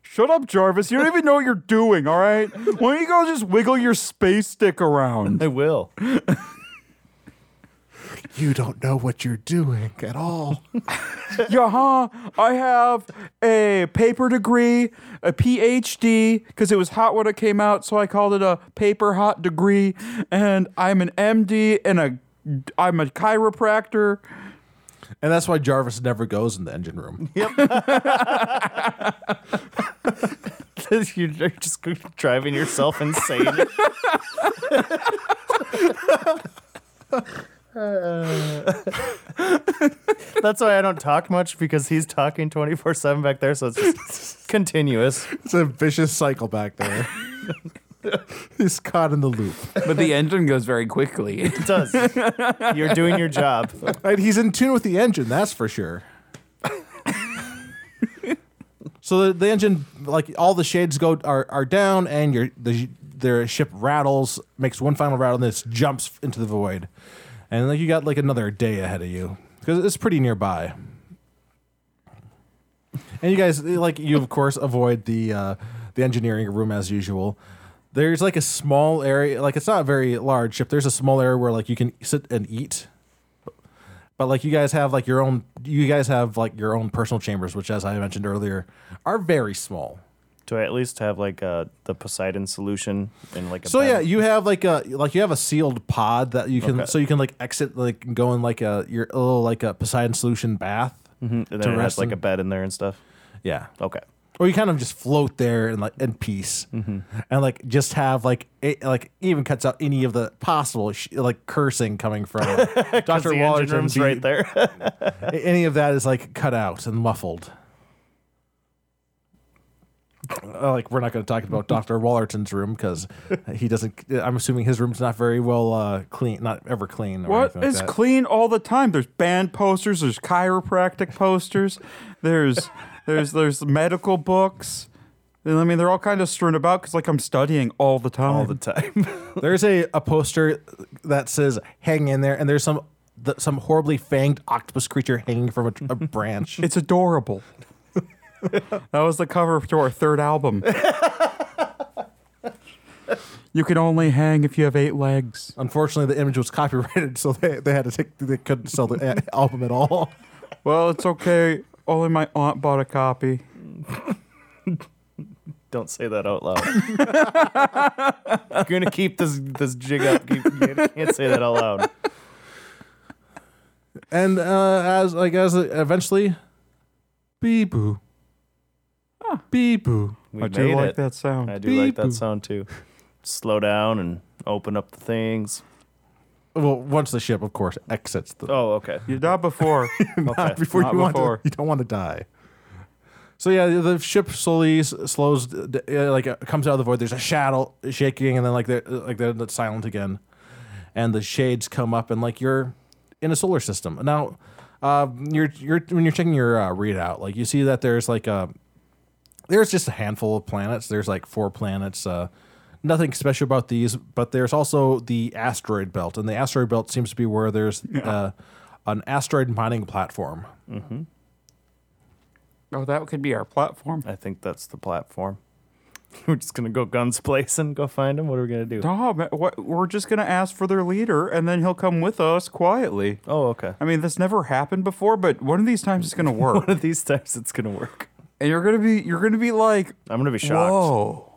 S1: Shut up, Jarvis. You don't even know what you're doing. All right, why don't you go just wiggle your space stick around?
S2: I will.
S3: You don't know what you're doing at all.
S1: yeah, huh? I have a paper degree, a PhD, because it was hot when it came out, so I called it a paper hot degree. And I'm an MD and a I'm a chiropractor.
S3: and that's why Jarvis never goes in the engine room.
S2: [LAUGHS] You're just driving yourself insane. That's why I don't talk much because he's talking 24 7 back there, so it's just continuous.
S3: It's a vicious cycle back there. [LAUGHS] He's caught in the loop,
S1: But the engine goes very quickly. [LAUGHS]
S2: It does. You're doing your job.
S3: [LAUGHS] and he's in tune with the engine. That's for sure. So the, the engine, like all the shades go are, are down, and your the their ship rattles, makes one final rattle, and then it jumps into the void. And like you got like another day ahead of you because it's pretty nearby. And you guys, like you of course avoid the uh, the engineering room as usual. There's like a small area, like it's not a very large ship. There's a small area where like you can sit and eat. But like you guys have like your own, you guys have like your own personal chambers, which as I mentioned earlier, are very small.
S2: Do I at least have like uh, the Poseidon solution and like a
S3: So
S2: bed?
S3: yeah, you have like a like you have a sealed pod that you can
S2: Okay.
S3: so you can like exit like and go in like a your little like a Poseidon solution bath.
S2: Mhm. and
S3: to
S2: then it
S3: rest
S2: has like
S3: in-
S2: a bed in there and stuff.
S3: Yeah.
S2: Okay.
S3: Or you kind of just float there and like in peace,
S2: Mm-hmm.
S3: and like just have like it like even cuts out any of the possible sh- like cursing
S2: [LAUGHS]
S3: coming from Doctor
S2: The
S3: Waller
S2: engine room's right there.
S3: Any of that is like cut out and muffled. Uh, like we're not going to talk about Doctor Wallerton's room because he doesn't. I'm assuming his room's not very well uh, clean, not ever clean. Or
S1: What
S3: anything like
S1: is
S3: that.
S1: clean all the time? There's band posters, there's chiropractic posters, there's there's there's medical books. And I mean, they're all kind of strewn about because like I'm studying all the time.
S2: All the time.
S3: There's a, a poster that says "Hang in there," and there's some th some horribly fanged octopus creature hanging from a,
S1: [LAUGHS]
S3: tr- a branch.
S2: [LAUGHS]
S1: It's adorable. that was the cover to our third album. you can only hang if you have eight legs.
S3: Unfortunately, the image was copyrighted, so they, they had to take they couldn't sell the a- album at all.
S1: Well, it's okay. Only my aunt bought a copy.
S2: Don't say that out
S1: [LAUGHS]
S2: loud. You're gonna keep this this jig up. You, you can't say that out loud.
S3: And uh, as like as eventually, bee boo, bee boo.
S2: We
S1: I
S2: made
S1: do like
S2: it.
S1: that sound.
S2: I do like
S3: Beep.
S2: that sound too. Slow down and open up the things.
S3: Well, once the ship, of course, exits the
S2: Oh, okay.
S1: You died before.
S2: Okay.
S3: [LAUGHS] before
S1: Not
S3: you want
S1: before.
S3: to, you don't want to die. So yeah, the- the ship slowly s- slows, d- d- uh, like uh, comes out of the void. There's a shadow shaking, and then like they're uh, like they're not silent again, and the shades come up, and like you're in a solar system now. Uh, you're you're when you're checking your uh, readout, like you see that there's like a there's just a handful of planets. There's like four planets. Uh, nothing special about these, but there's also the asteroid belt, and the asteroid belt seems to be where there's uh, an asteroid mining platform.
S1: oh, that could be our platform.
S2: I think that's the platform. [LAUGHS] We're just gonna go guns blazing, go find him. What are we gonna do?
S1: No, man, what, we're just gonna ask for their leader, and then he'll come with us quietly.
S2: Oh, okay. [LAUGHS]
S1: I mean, this never happened before, but one of these times it's gonna work,
S2: One of these times it's gonna work.
S1: [LAUGHS] and you're gonna be you're gonna be like,
S2: I'm gonna be shocked.
S1: whoa.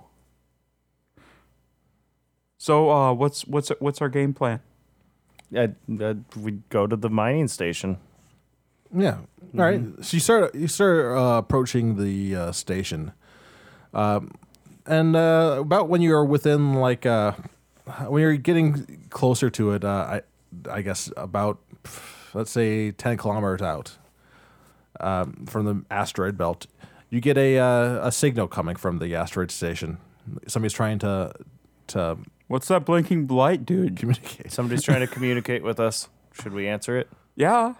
S1: So, uh, what's what's what's our game plan?
S2: I, I, we go to the mining station.
S3: Yeah. All right.
S1: Mm-hmm.
S3: So you start you start uh, approaching the uh, station, um, and uh, about when you are within like uh, when you're getting closer to it, uh, I I guess about pff, let's say ten kilometers out um, from the asteroid belt, you get a uh, a signal coming from the asteroid station. Somebody's trying to to
S1: What's that blinking light, dude?
S3: communicate.
S2: Somebody's
S1: [LAUGHS]
S2: trying to communicate with us. Should we answer it?
S1: Yeah,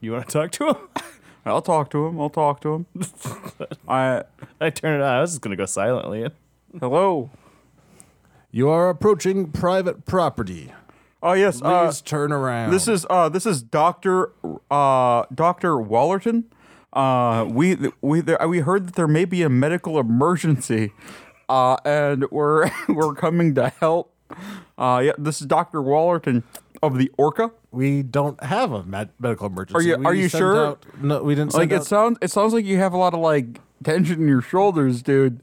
S2: You want to talk to him?
S1: I'll talk to him. I'll talk to [LAUGHS] him. I
S2: [LAUGHS] I turned it on. I was just gonna go silently.
S1: hello.
S3: You are approaching private property.
S1: Oh yes,
S3: Please
S1: uh,
S3: turn around.
S1: This is uh, this is Doctor uh, Doctor Wallerton. Uh, we we there, we heard that there may be a medical emergency, uh, and we're [LAUGHS] we're coming to help. Uh, yeah, this is Doctor Wallerton of the Orca.
S3: we don't have a med- medical emergency.
S1: Are you-
S3: We
S1: are you
S3: sent
S1: sure?
S3: out- no, we didn't.
S1: Like
S3: Send
S1: it
S3: out,
S1: sounds it sounds like you have a lot of like tension in your shoulders, dude.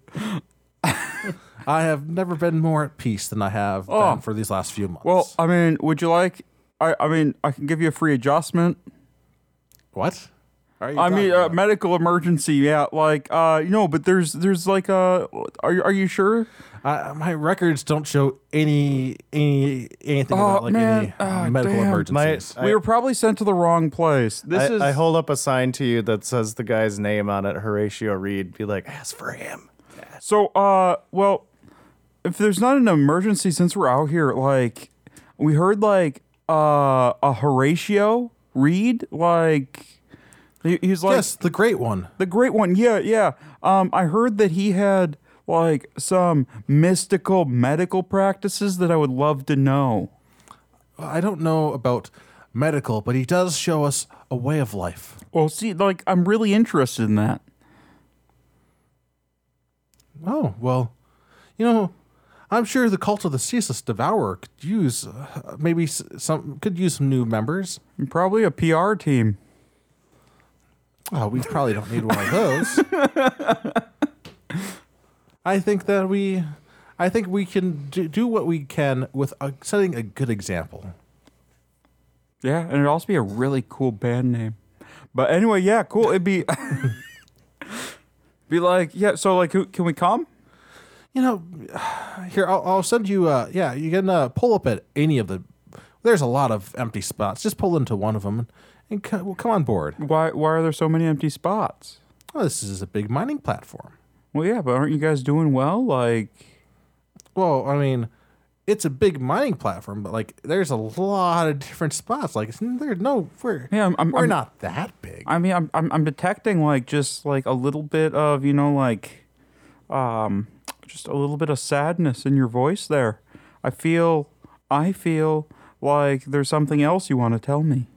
S3: I have never been more at peace than I have been for these last few months.
S1: Oh. Well, I mean, would you like? I I mean, I can give you a free adjustment.
S3: what? Are you
S1: I
S3: talking
S1: mean, uh,
S3: about?
S1: medical emergency. Yeah, like uh, you know, but there's there's like uh, are you- are you sure?
S3: I, my records don't show any any anything about like
S1: Oh, man.
S3: any
S1: Ah,
S3: medical
S1: damn.
S3: emergencies.
S2: I-
S1: we were probably sent to the wrong place. This
S2: I,
S1: is
S2: I hold up a sign to you that says the guy's name on it, Horatio Reed. Be like, ask for him.
S1: so. Uh, well, if there's not an emergency, since we're out here, like we heard, like uh, a Horatio Reed, like he- he's like
S3: yes, the great one.
S1: the great one. Yeah, yeah. Um, I heard that he had like some mystical medical practices that I would love to know.
S3: I don't know about medical, but he does show us a way of life.
S1: Well, see, like I'm really interested in that.
S3: Oh well, you know, I'm sure the cult of the ceaseless devourer could use uh, maybe s- some could use some new members.
S1: Probably a PR team.
S3: Oh, we probably don't need one of those.
S1: [LAUGHS]
S3: I think that we, I think we can do, do what we can with uh, setting a good example.
S1: Yeah, and it'd also be a really cool band name. But anyway, yeah, cool. It'd be [LAUGHS] be like, yeah. So like, who, can we come?
S3: You know, [SIGHS] here I'll, I'll send you. Uh, yeah, you can uh, pull up at any of the. There's a lot of empty spots. Just pull into one of them and, and co- well, come on board.
S1: Why why are there so many empty spots?
S3: Oh, this is a big mining platform.
S1: Well, yeah, but aren't you guys doing well? Like,
S3: Well, I mean, it's a big mining platform, but like, there's a lot of different spots. Like, it's, there's no we're
S1: Yeah, I'm- I'm-
S3: we're
S1: I'm-
S3: not that big.
S1: I mean, I'm, I'm I'm detecting like just like a little bit of you know like, um, just a little bit of sadness in your voice there. I feel I feel like there's something else you want to tell me.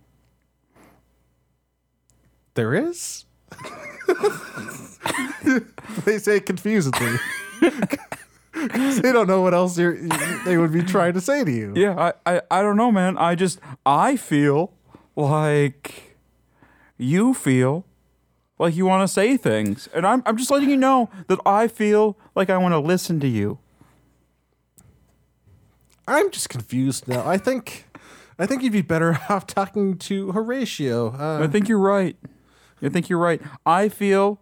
S3: There is. [LAUGHS] they say it confusedly. 'Cause [LAUGHS] they don't know what else you're, you- they would be trying to say to you.
S1: Yeah, I, I, I don't know, man. I just, I feel like you feel like you want to say things. And I'm, I'm just letting you know that I feel like I want to listen to you.
S3: I'm just confused now. I think, I think you'd be better [LAUGHS] off talking to Horatio.
S1: I
S3: Uh,
S1: think you're right. I think you're right. I feel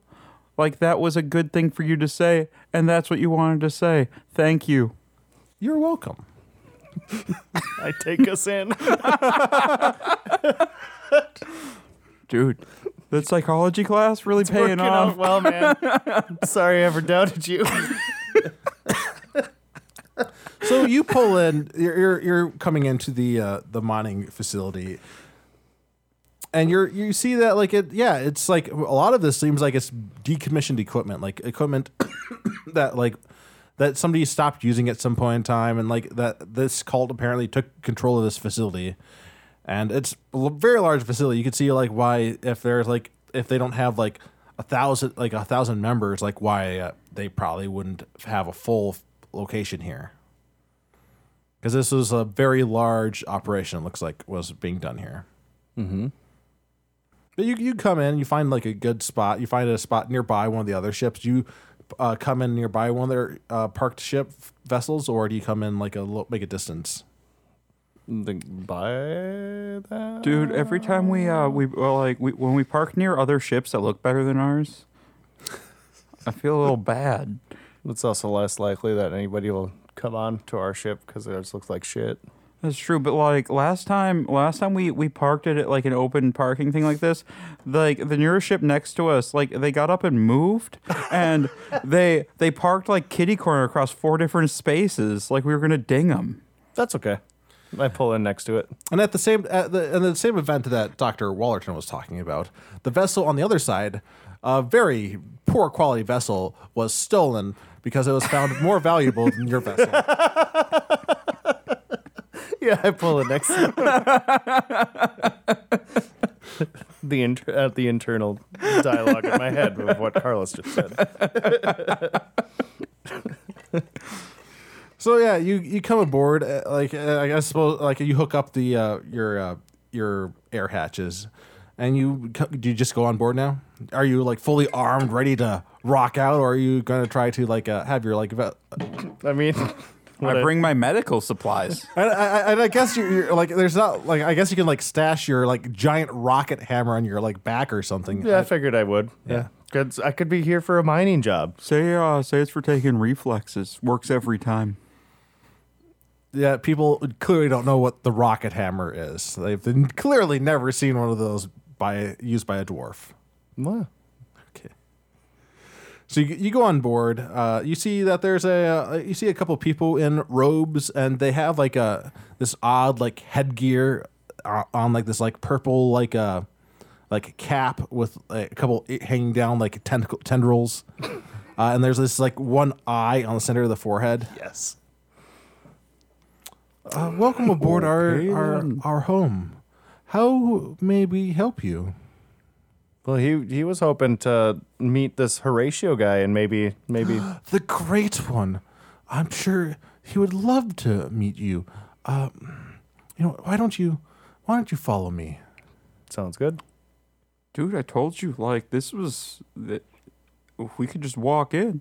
S1: like that was a good thing for you to say, and that's what you wanted to say. Thank you.
S3: you're welcome.
S4: I take us [LAUGHS] in.
S1: Dude, that psychology class really paying
S4: Working out
S1: off.
S4: well, [LAUGHS] man. Sorry I ever doubted you.
S3: So you pull in. You're you're, you're coming into the uh, the mining facility, and you're you see that like it. Yeah, it's like a lot of this seems like it's decommissioned equipment, like equipment [COUGHS] that like that somebody stopped using at some point in time, and like that this cult apparently took control of this facility, and it's a l- very large facility. You can see like why if there's like if they don't have like a thousand like a thousand members, like why uh, they probably wouldn't have a full f- location here because this was a very large operation. It looks like was being done here. Mm-hmm. But you you come in, you find like a good spot. You find a spot nearby one of the other ships. You uh, come in nearby one of their uh, parked ship vessels, or do you come in like a lo- make a distance?
S4: the, by that?
S1: Dude, every time we uh we well, like we when we park near other ships that look better than ours, I feel a little bad.
S4: It's also less likely that anybody will come on to our ship because ours looks like shit.
S1: That's true, but like last time, last time we we parked it at like an open parking thing like this, like the nearest ship next to us, like they got up and moved, [LAUGHS] and they they parked like kitty corner across four different spaces, like we were gonna ding them.
S4: That's okay. I pull in next to it.
S3: And at the same at the and the same event that Doctor Wallerton was talking about, the vessel on the other side, a very poor quality vessel, was stolen because it was found more valuable than your vessel.
S4: [LAUGHS] Yeah, I pull in next to [LAUGHS] the inter- at the internal dialogue in my head of what Carlos just said.
S3: So yeah, you you come aboard uh, like uh, I guess suppose like you hook up the uh, your uh, your air hatches, and you co- do you just go on board now? Are you like fully armed, ready to rock out, or are you gonna try to like uh, have your like? Ve-
S4: I mean, what
S1: I
S4: a-
S1: bring my medical supplies.
S3: and, I, I, and I guess you're, you're like there's not like I guess you can like stash your like giant rocket hammer on your like back or something.
S4: Yeah, I figured I would. Yeah. Cause I could be here for a mining job.
S1: [LAUGHS] say uh say it's for taking reflexes, works every time.
S3: yeah. People clearly don't know what the rocket hammer is. They've been clearly never seen one of those by used by a dwarf.
S4: Wow.
S3: Okay. So you, you go on board. Uh, you see that there's a uh, you see a couple people in robes, and they have like a this odd like headgear uh, on like this like purple like uh, like cap with like, a couple i- hanging down like tentacle tendrils, uh, and there's this like one eye on the center of the forehead.
S4: Yes.
S3: Uh, welcome aboard our our our home. How may we help you?
S4: Well, he he was hoping to
S2: [GASPS]
S4: meet this Horatio guy and maybe maybe
S3: The great one. I'm sure He would love to meet you. Uh, you know, why don't you why don't you follow me?
S2: Sounds good.
S1: Dude, I told you, like, this was. That we could just walk in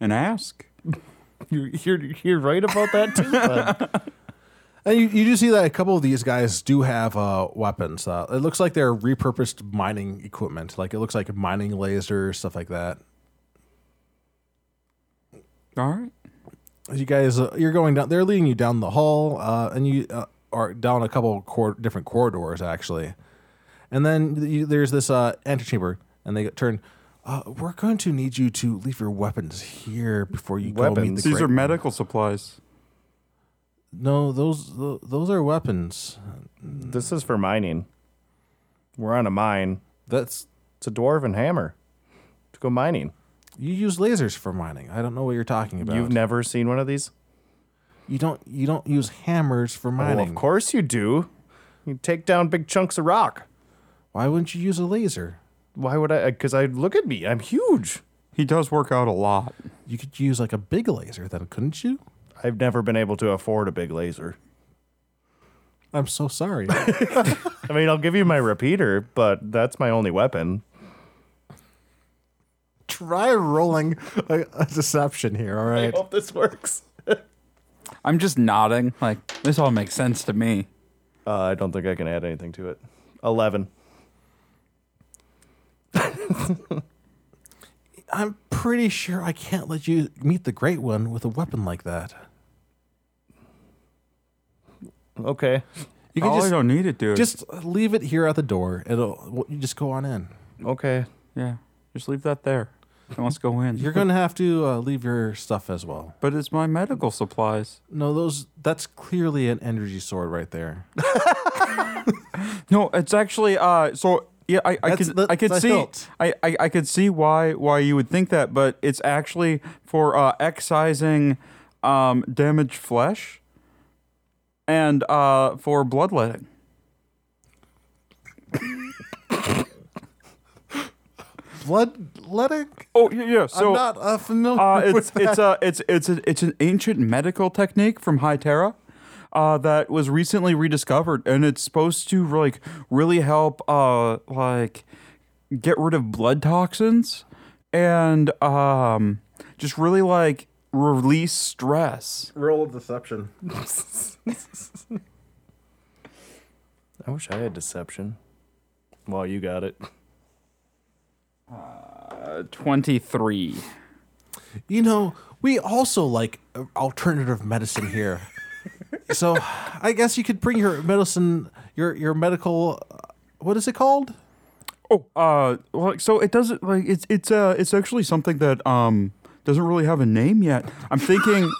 S1: and ask.
S2: You, you're you're right about that [LAUGHS] too. bud.
S3: And you, you do see that a couple of these guys do have uh, weapons. Uh, it looks like they're repurposed mining equipment. Like it looks like mining lasers, stuff like that.
S1: All right.
S3: you guys uh, you're going down they're leading you down the hall uh, and you uh, are down a couple cor- different corridors actually and then you, there's this uh, antechamber and they turn uh, we're going to need you to leave your weapons here before you go meet the
S2: Weapons?
S1: These
S3: great-
S1: are medical supplies.
S3: no those tho- those are weapons
S2: this is for mining. We're on a mine.
S3: that's
S2: It's a dwarven hammer to go mining.
S3: you use lasers for mining i don't know what you're talking about
S2: You've never seen one of these?
S3: you don't you don't use hammers for mining
S2: Well, Oh, of course you do. You take down big chunks of rock.
S3: why wouldn't you use a laser
S2: Why would I? Because I look at me. I'm huge.
S1: He does work out a lot.
S3: you could use like a big laser then couldn't you
S2: I've never been able to afford a big laser.
S3: i'm so
S2: [LAUGHS]
S3: sorry
S2: I mean, I'll give you my repeater, but that's my only weapon.
S3: try rolling a, a deception here. All right.
S2: hope this works.
S1: I'm just nodding. Like, this all makes sense to me.
S2: Uh, I don't think I can add anything to it. Eleven.
S3: I'm pretty sure I can't let you meet the Great One with a weapon like that.
S2: Okay.
S3: You
S1: Oh,
S3: can
S1: I
S3: just
S1: don't need it, dude.
S3: just leave it here at the door. It'll you just go on in.
S2: Okay.
S1: yeah, just leave that there. And let's go in. [LAUGHS]
S3: You're gonna have to uh, leave your stuff as well.
S1: but it's my medical supplies.
S3: No, those that's clearly an energy sword right there.
S1: No, it's actually uh. So yeah, I, I
S3: That's
S1: could
S3: the-
S1: I could
S3: the
S1: see
S3: hilt.
S1: I, I I could see why why you would think that, but it's actually for uh, excising um damaged flesh and uh for bloodletting.
S3: Bloodletting?
S1: Oh yeah, yeah. So
S3: I'm not uh, familiar [LAUGHS]
S1: uh,
S3: with
S1: it's
S3: that.
S1: it's a it's it's a, it's an ancient medical technique from High Terra. Uh, that was recently rediscovered, and it's supposed to like really help, uh, like get rid of blood toxins and um, just really like release stress.
S3: roll of deception.
S2: [LAUGHS] I wish I had deception. Well, you got it.
S1: Twenty three.
S3: you know, we also like uh, alternative medicine here. so I guess you could bring your medicine, your your medical, uh, what is it called?
S1: Oh, uh, like so it doesn't like it's it's uh it's actually something that um doesn't really have a name yet. I'm thinking.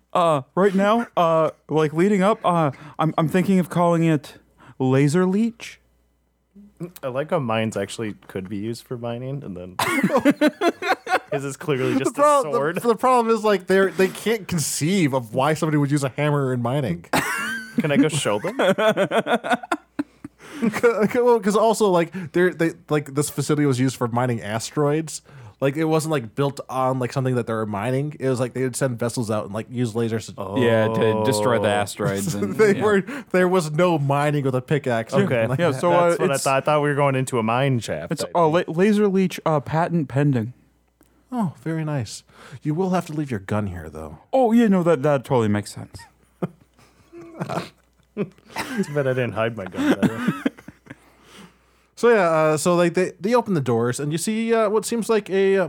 S1: [LAUGHS] uh, right now, uh, like leading up, uh, I'm I'm thinking of calling it laser leech.
S2: I like how mines actually could be used for mining, and then [LAUGHS] his is clearly just a sword.
S3: problem is like they they can't conceive of why somebody would use a hammer in mining. [LAUGHS]
S2: Can I go show them?
S3: well, because also like they they like this facility was used for mining asteroids. Like it wasn't like built on like something that they were mining. It was like they would send vessels out and like use lasers. To,
S1: Yeah, to destroy the asteroids. And,
S3: [LAUGHS] they were there was no mining with a pickaxe. or
S2: Okay.
S3: anything [LAUGHS] like
S1: Yeah,
S3: that.
S1: so uh,
S2: That's what I
S1: it's,
S2: thought. I thought we were going into a mine shaft.
S1: [LAUGHS] it's
S2: I
S1: uh, la- laser leech uh, patent pending.
S3: Oh, very nice. You will have to leave your gun here, though.
S1: Oh yeah, no, that that totally makes sense.
S2: bet I didn't hide my gun.
S3: [LAUGHS]
S2: better.
S3: So yeah, uh, so like they they open the doors and you see uh, what seems like a uh,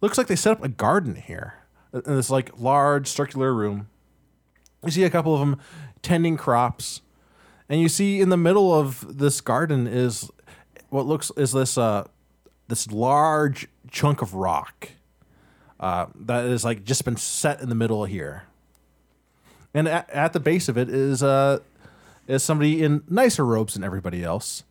S3: looks like they set up a garden here in this like large circular room. You see a couple of them tending crops, and you see in the middle of this garden is what looks is this uh this large chunk of rock uh, that is like just been set in the middle here, and at, at the base of it is uh is somebody in nicer robes than everybody else.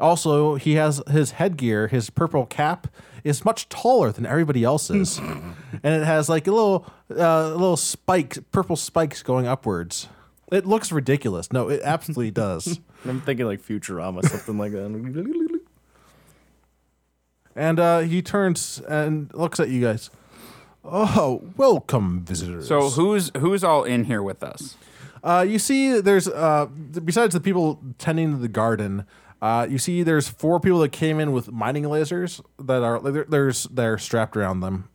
S3: Also, he has his headgear, his purple cap is much taller than everybody else's, and it has like a little, uh, little spikes, purple spikes going upwards. It looks ridiculous. No, it absolutely does.
S2: I'm thinking like Futurama, something like that. [LAUGHS]
S3: And uh, he turns and looks at you guys. Oh, welcome, visitors.
S1: So who's who's all in here with us?
S3: Uh, you see, there's uh, th- besides the people tending to the garden, uh, you see there's four people that came in with mining lasers that are there- there's they're strapped around them,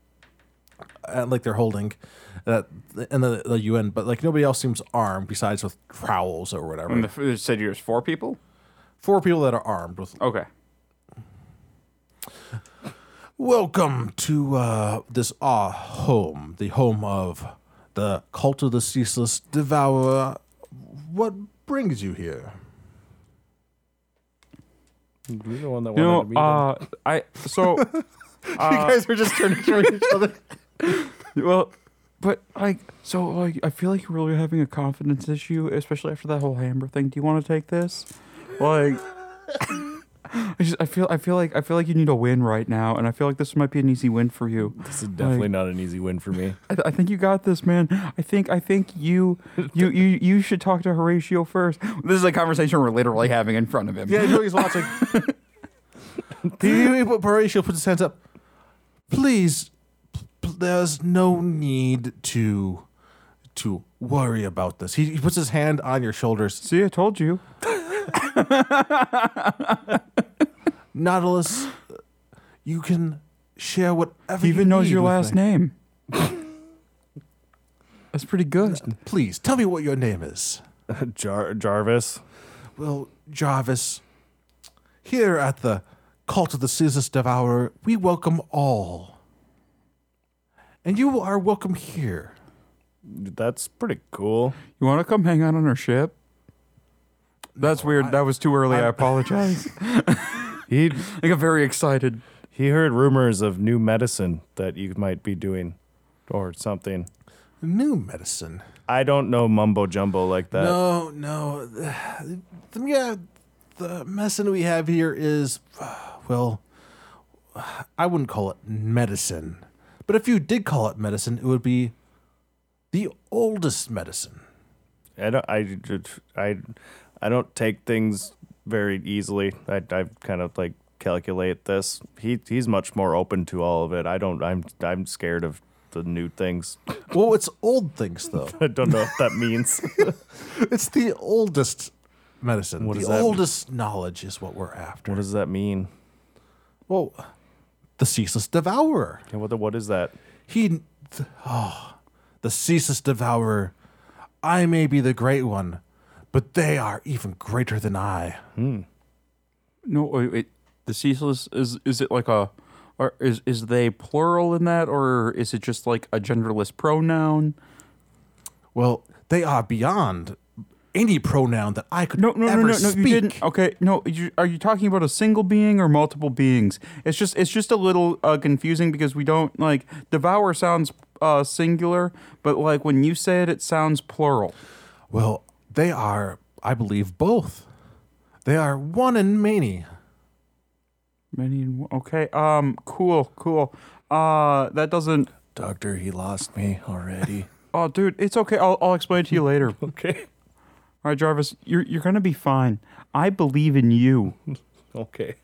S3: and like they're holding, that and the, the UN, but like nobody else seems armed besides with trowels or whatever.
S1: And the, it said there's four people.
S3: Four people that are armed with.
S1: Okay.
S3: Welcome to uh, this our home, the home of the cult of the ceaseless devourer. What brings you here?
S4: You're the one that
S1: You
S4: wanted to
S1: know,
S4: meet him.
S1: uh, I [LAUGHS] so uh,
S3: you guys were just turning toward each other.
S1: well, but like so like I feel like you're really having a confidence issue, especially after that whole Amber thing. Do you want to take this? Like, [LAUGHS] I just I feel I feel like I feel like you need a win right now, and I feel like this might be an easy win for you.
S4: This is definitely not an easy win for me.
S1: I, th- I think you got this, man. I think I think you you you you should talk to Horatio first. This is a conversation we're literally having in front of him.
S3: Yeah, I know he's watching. [LAUGHS] he, he, he, but Horatio puts his hands up. Please, p- p- there's no need to to worry about this. He, he puts his hand on your shoulders.
S1: See, I told you.
S3: Nautilus, you can share whatever.
S1: He
S3: you
S1: even knows
S3: need
S1: your
S3: with
S1: last
S3: me.
S1: name. That's pretty good.
S3: Please tell me what your name is.
S4: [LAUGHS] Jar- Jarvis.
S3: Well, Jarvis, here at the Cult of the Scissors Devourer, we welcome all. And you are welcome here.
S4: That's pretty cool.
S1: You want to come hang out on our ship? That's weird. that was too [LAUGHS] early. I, apologize.
S4: He
S1: I got very excited.
S4: he heard rumors of new medicine that you might be doing or something.
S3: New medicine.
S4: I don't know mumbo jumbo like that.
S3: no, no. The, yeah, the medicine we have here is, [SIGHS] uh, well, I wouldn't call it medicine. But if you did call it medicine, it would be the oldest medicine.
S4: I don't I just- I I don't take things very easily. I I kind of like calculate this. He he's much more open to all of it. I don't I'm I'm scared of the new things. [LAUGHS]
S3: Well, it's old things, though.
S4: I don't know what that means.
S3: It's the oldest medicine.
S4: What
S3: the
S4: does that mean?
S3: oldest knowledge is what we're
S4: [LAUGHS]
S3: after.
S4: what does that mean?
S3: Well, the ceaseless devourer.
S4: Okay, what the, what is that?
S3: He, th- oh, the ceaseless devourer. I may be the great one, but they are even greater than I.
S1: No, wait, wait. The ceaseless is is it like a, or is is they plural in that, or is it just like a genderless pronoun?
S3: Well, they are beyond any pronoun that I could
S1: No, no, no,
S3: ever
S1: no, no.
S3: speak.
S1: You didn't. Okay, no. You, are you talking about a single being or multiple beings? It's just, it's just a little uh, confusing because we don't like devour sounds uh, singular, but like when you say it, it sounds plural.
S3: Well, they are, I believe, both. They are one and many.
S1: Many and one- okay. Um, cool, cool. Uh, that doesn't.
S4: Doctor, he lost me
S1: [LAUGHS]
S4: already.
S1: Oh, dude, it's okay. I'll, I'll explain it to you later.
S2: [LAUGHS]
S1: All
S4: okay.
S1: right, Jarvis, you're you're gonna be fine. I believe in you.
S4: Okay.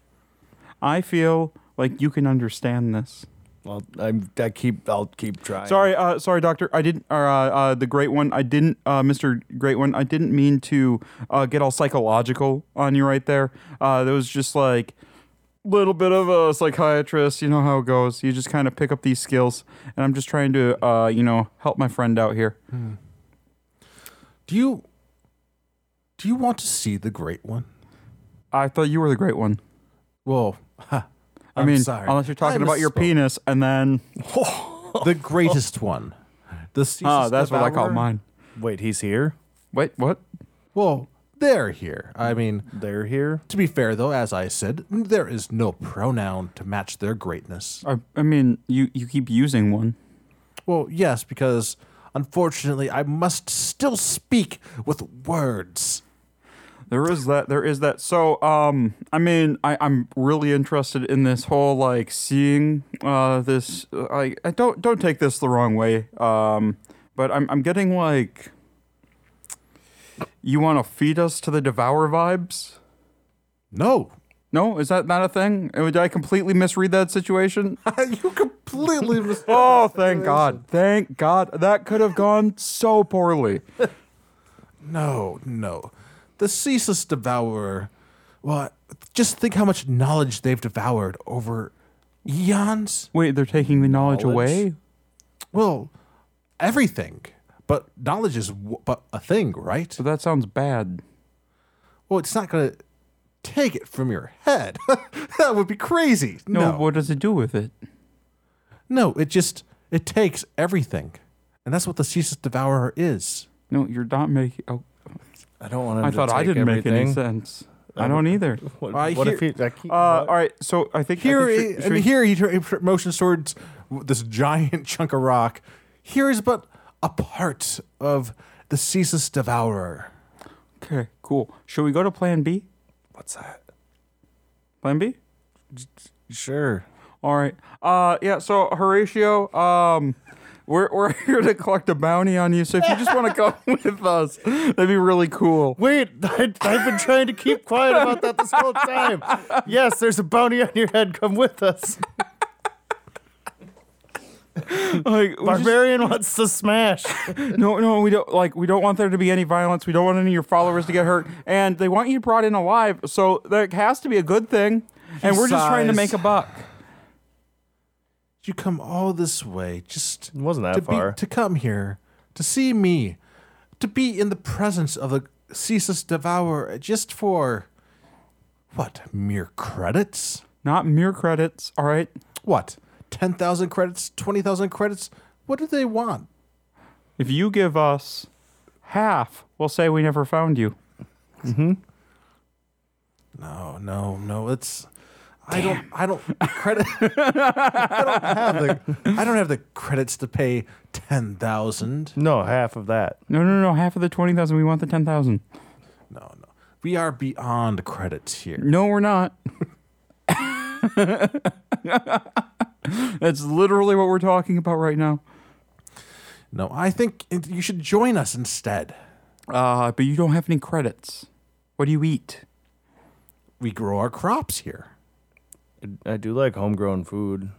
S1: I feel like you can understand this.
S4: Well, I'm I keep I'll keep trying.
S1: Sorry, uh, sorry, Doctor. I didn't, or uh, uh, the Great One. I didn't, uh, Mister Great One. I didn't mean to uh, get all psychological on you right there. Uh, that was just like little bit of a psychiatrist. You know how it goes. You just kind of pick up these skills, and I'm just trying to, uh, you know, help my friend out here.
S3: Do you do you want to see the great one?
S1: I thought you were the Great One.
S3: Well, [LAUGHS] huh,
S1: I
S3: I'm
S1: mean,
S3: sorry.
S1: unless you're talking
S3: I
S1: about your
S3: misspoke.
S1: penis, and then
S3: the greatest one. The
S1: ah,
S3: ceaseless
S1: that's what I call
S3: devourer.
S1: mine.
S4: Wait, he's here?
S1: Wait, what?
S3: Well, they're here. I mean,
S4: They're here?
S3: to be fair though, as I said, there is no pronoun to match their greatness.
S1: I, I mean, you you keep using one.
S3: Well, yes, because unfortunately, I must still speak with words.
S1: There is that. There is that. So, um, I mean, I, I'm really interested in this whole like seeing uh this. I, I don't don't take this the wrong way. Um, but I'm I'm getting like you want to feed us to the devour vibes.
S3: No,
S1: No, is that not a thing? Uh, Did I completely misread that [LAUGHS] situation?
S3: [LAUGHS] you [LAUGHS] completely mis-
S1: oh, thank God. Thank God. That could have gone so poorly.
S3: No, no. The ceaseless devourer. Well, just think how much knowledge they've devoured over eons.
S1: Wait, they're taking the knowledge,
S2: Knowledge?
S1: away?
S3: Well, everything. But knowledge is w- but a thing, right?
S1: So that sounds bad.
S3: Well, it's not going to take it from your head. [LAUGHS] that would be crazy.
S1: No,
S3: No,
S1: what does it do with it?
S3: no, it just it takes everything, and that's what the ceaseless devourer is.
S1: No, you're not making. Oh,
S2: I don't want
S1: I thought I didn't make any sense. I don't
S3: [LAUGHS]
S1: either.
S2: What,
S3: I
S2: what
S3: hear-
S2: if he? I keep,
S1: Uh, all right, so I think I
S3: Here,
S1: think should-
S3: i-
S1: should
S3: and
S1: we-
S3: here he, tur- he pr- motions towards w- this giant [LAUGHS] chunk of rock. Here is but a part of the ceaseless devourer.
S1: Okay, cool. Should we go to Plan B?
S2: what's that?
S1: Plan B?
S2: Sure.
S1: All right. Uh, yeah. So Horatio, um, we're we're [LAUGHS] here to collect a bounty on you. So if you just want to [LAUGHS] come with us, that'd be really cool.
S2: Wait, [LAUGHS] I, I've been trying to keep quiet about that this whole [LAUGHS] time. Yes, there's a bounty on your head. Come with us. [LAUGHS]
S1: Like, we just-
S2: Barbarian wants to smash.
S1: no, no, we don't like. We don't want there to be any violence. We don't want any of your followers to get hurt, and they want you brought in alive. So that has to be a good thing. And
S3: He
S1: we're just trying to
S3: sighs.
S1: make a buck.
S3: You come all this way just
S2: It wasn't that
S3: to,
S2: far.
S3: Be, to come here, to see me, to be in the presence of the ceaseless devourer just for what? Mere credits?
S1: Not mere credits. All right.
S3: What? 10,000 credits? 20,000 credits? What do they want?
S1: If you give us half, we'll say we never found you.
S3: No, no, no. It's I don't I don't credit [LAUGHS] I don't have the I don't have the credits to pay 10,000.
S2: [LAUGHS] No, half of that.
S1: No, no, no. Half of the twenty thousand. We want the ten thousand.
S3: No, no. We are beyond credits here.
S1: No, we're not. [LAUGHS] That's literally what we're talking about right now.
S3: No, I think it, you should join us instead.
S1: Uh, but you don't have any credits. What do you eat?
S3: We grow our crops here.
S2: I do like homegrown food.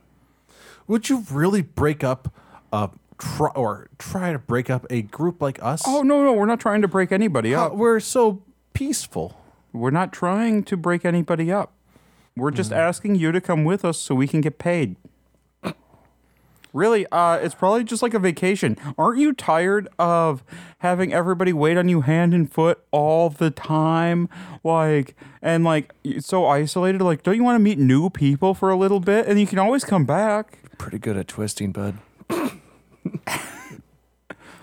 S3: Would you really break up a try, or try to break up a group like us?
S1: Oh no, no, we're not trying to break anybody
S3: Uh,
S1: up.
S3: we're so peaceful.
S1: We're not trying to break anybody up. We're just asking you to come with us so we can get paid. Really, uh, it's probably just like a vacation. Aren't you tired of having everybody wait on you hand and foot all the time? Like, and like, it's so isolated. Like, don't you want to meet new people for a little bit? And you can always come back.
S2: Pretty good at twisting, bud.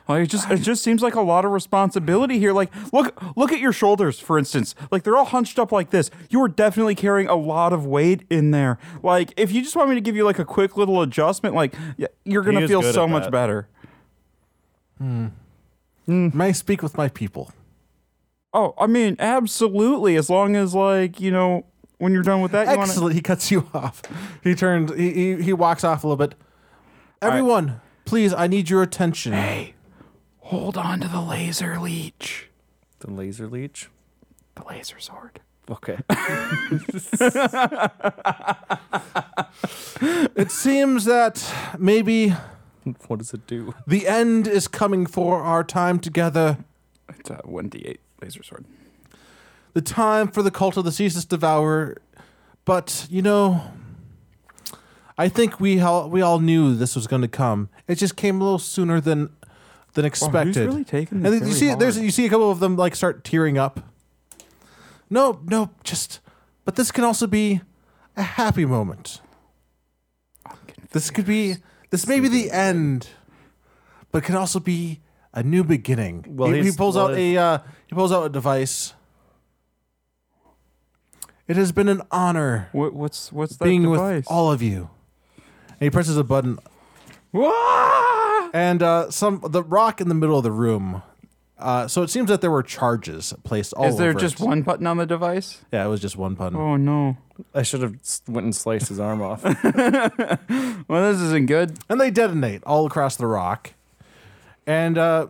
S1: Like, it just it just seems like a lot of responsibility here. Like, look look at your shoulders, for instance. Like they're all hunched up like this. You are definitely carrying a lot of weight in there. Like, if you just want me to give you like a quick little adjustment, like y- you're
S2: He
S1: gonna
S2: is
S1: feel
S2: good
S1: so
S2: at
S1: much
S2: that.
S1: better. Mm.
S3: May I speak with my people?
S1: Oh, I mean, absolutely. As long as like you know when you're done with that, you
S3: Excellent. He cuts you off. He turns. He, he he walks off a little bit. Everyone, please, I need your attention.
S1: wanna hold on to the laser leech,
S2: The laser leech.
S1: the laser sword.
S2: Okay.
S3: It seems that maybe
S2: [LAUGHS] what does it do?
S3: the end is coming for our time together.
S1: It's a one d eight laser sword.
S3: The time for the cult of the ceaseless devourer. But you know, I think we all we all knew this was going to come. It just came a little sooner than than
S1: Wow,
S3: expected.
S1: he's really
S3: And
S1: taking this
S3: then you
S1: very
S3: see, there's
S1: hard.
S3: you see a couple of them like start tearing up. No, no, just. But this can also be a happy moment. This could be. This may be the end, but it can also be a new beginning.
S2: Well,
S3: he, he
S2: he's-
S3: pulls
S2: well,
S3: out a uh, he pulls out a device. It has been an honor
S1: What, what's what's that
S3: being
S1: device?
S3: with all of you. And he presses a button,
S1: Ah!
S3: and uh, some the rock in the middle of the room. Uh, so it seems that there were charges placed all.
S1: Is there
S3: over
S1: just
S3: it.
S1: one button on the device?
S3: Yeah, it was just one
S2: Hmm.
S3: button.
S1: Oh no.
S2: I should have s- went and sliced his arm [LAUGHS] off.
S1: Well, this isn't good.
S3: And they detonate all across the rock, and uh,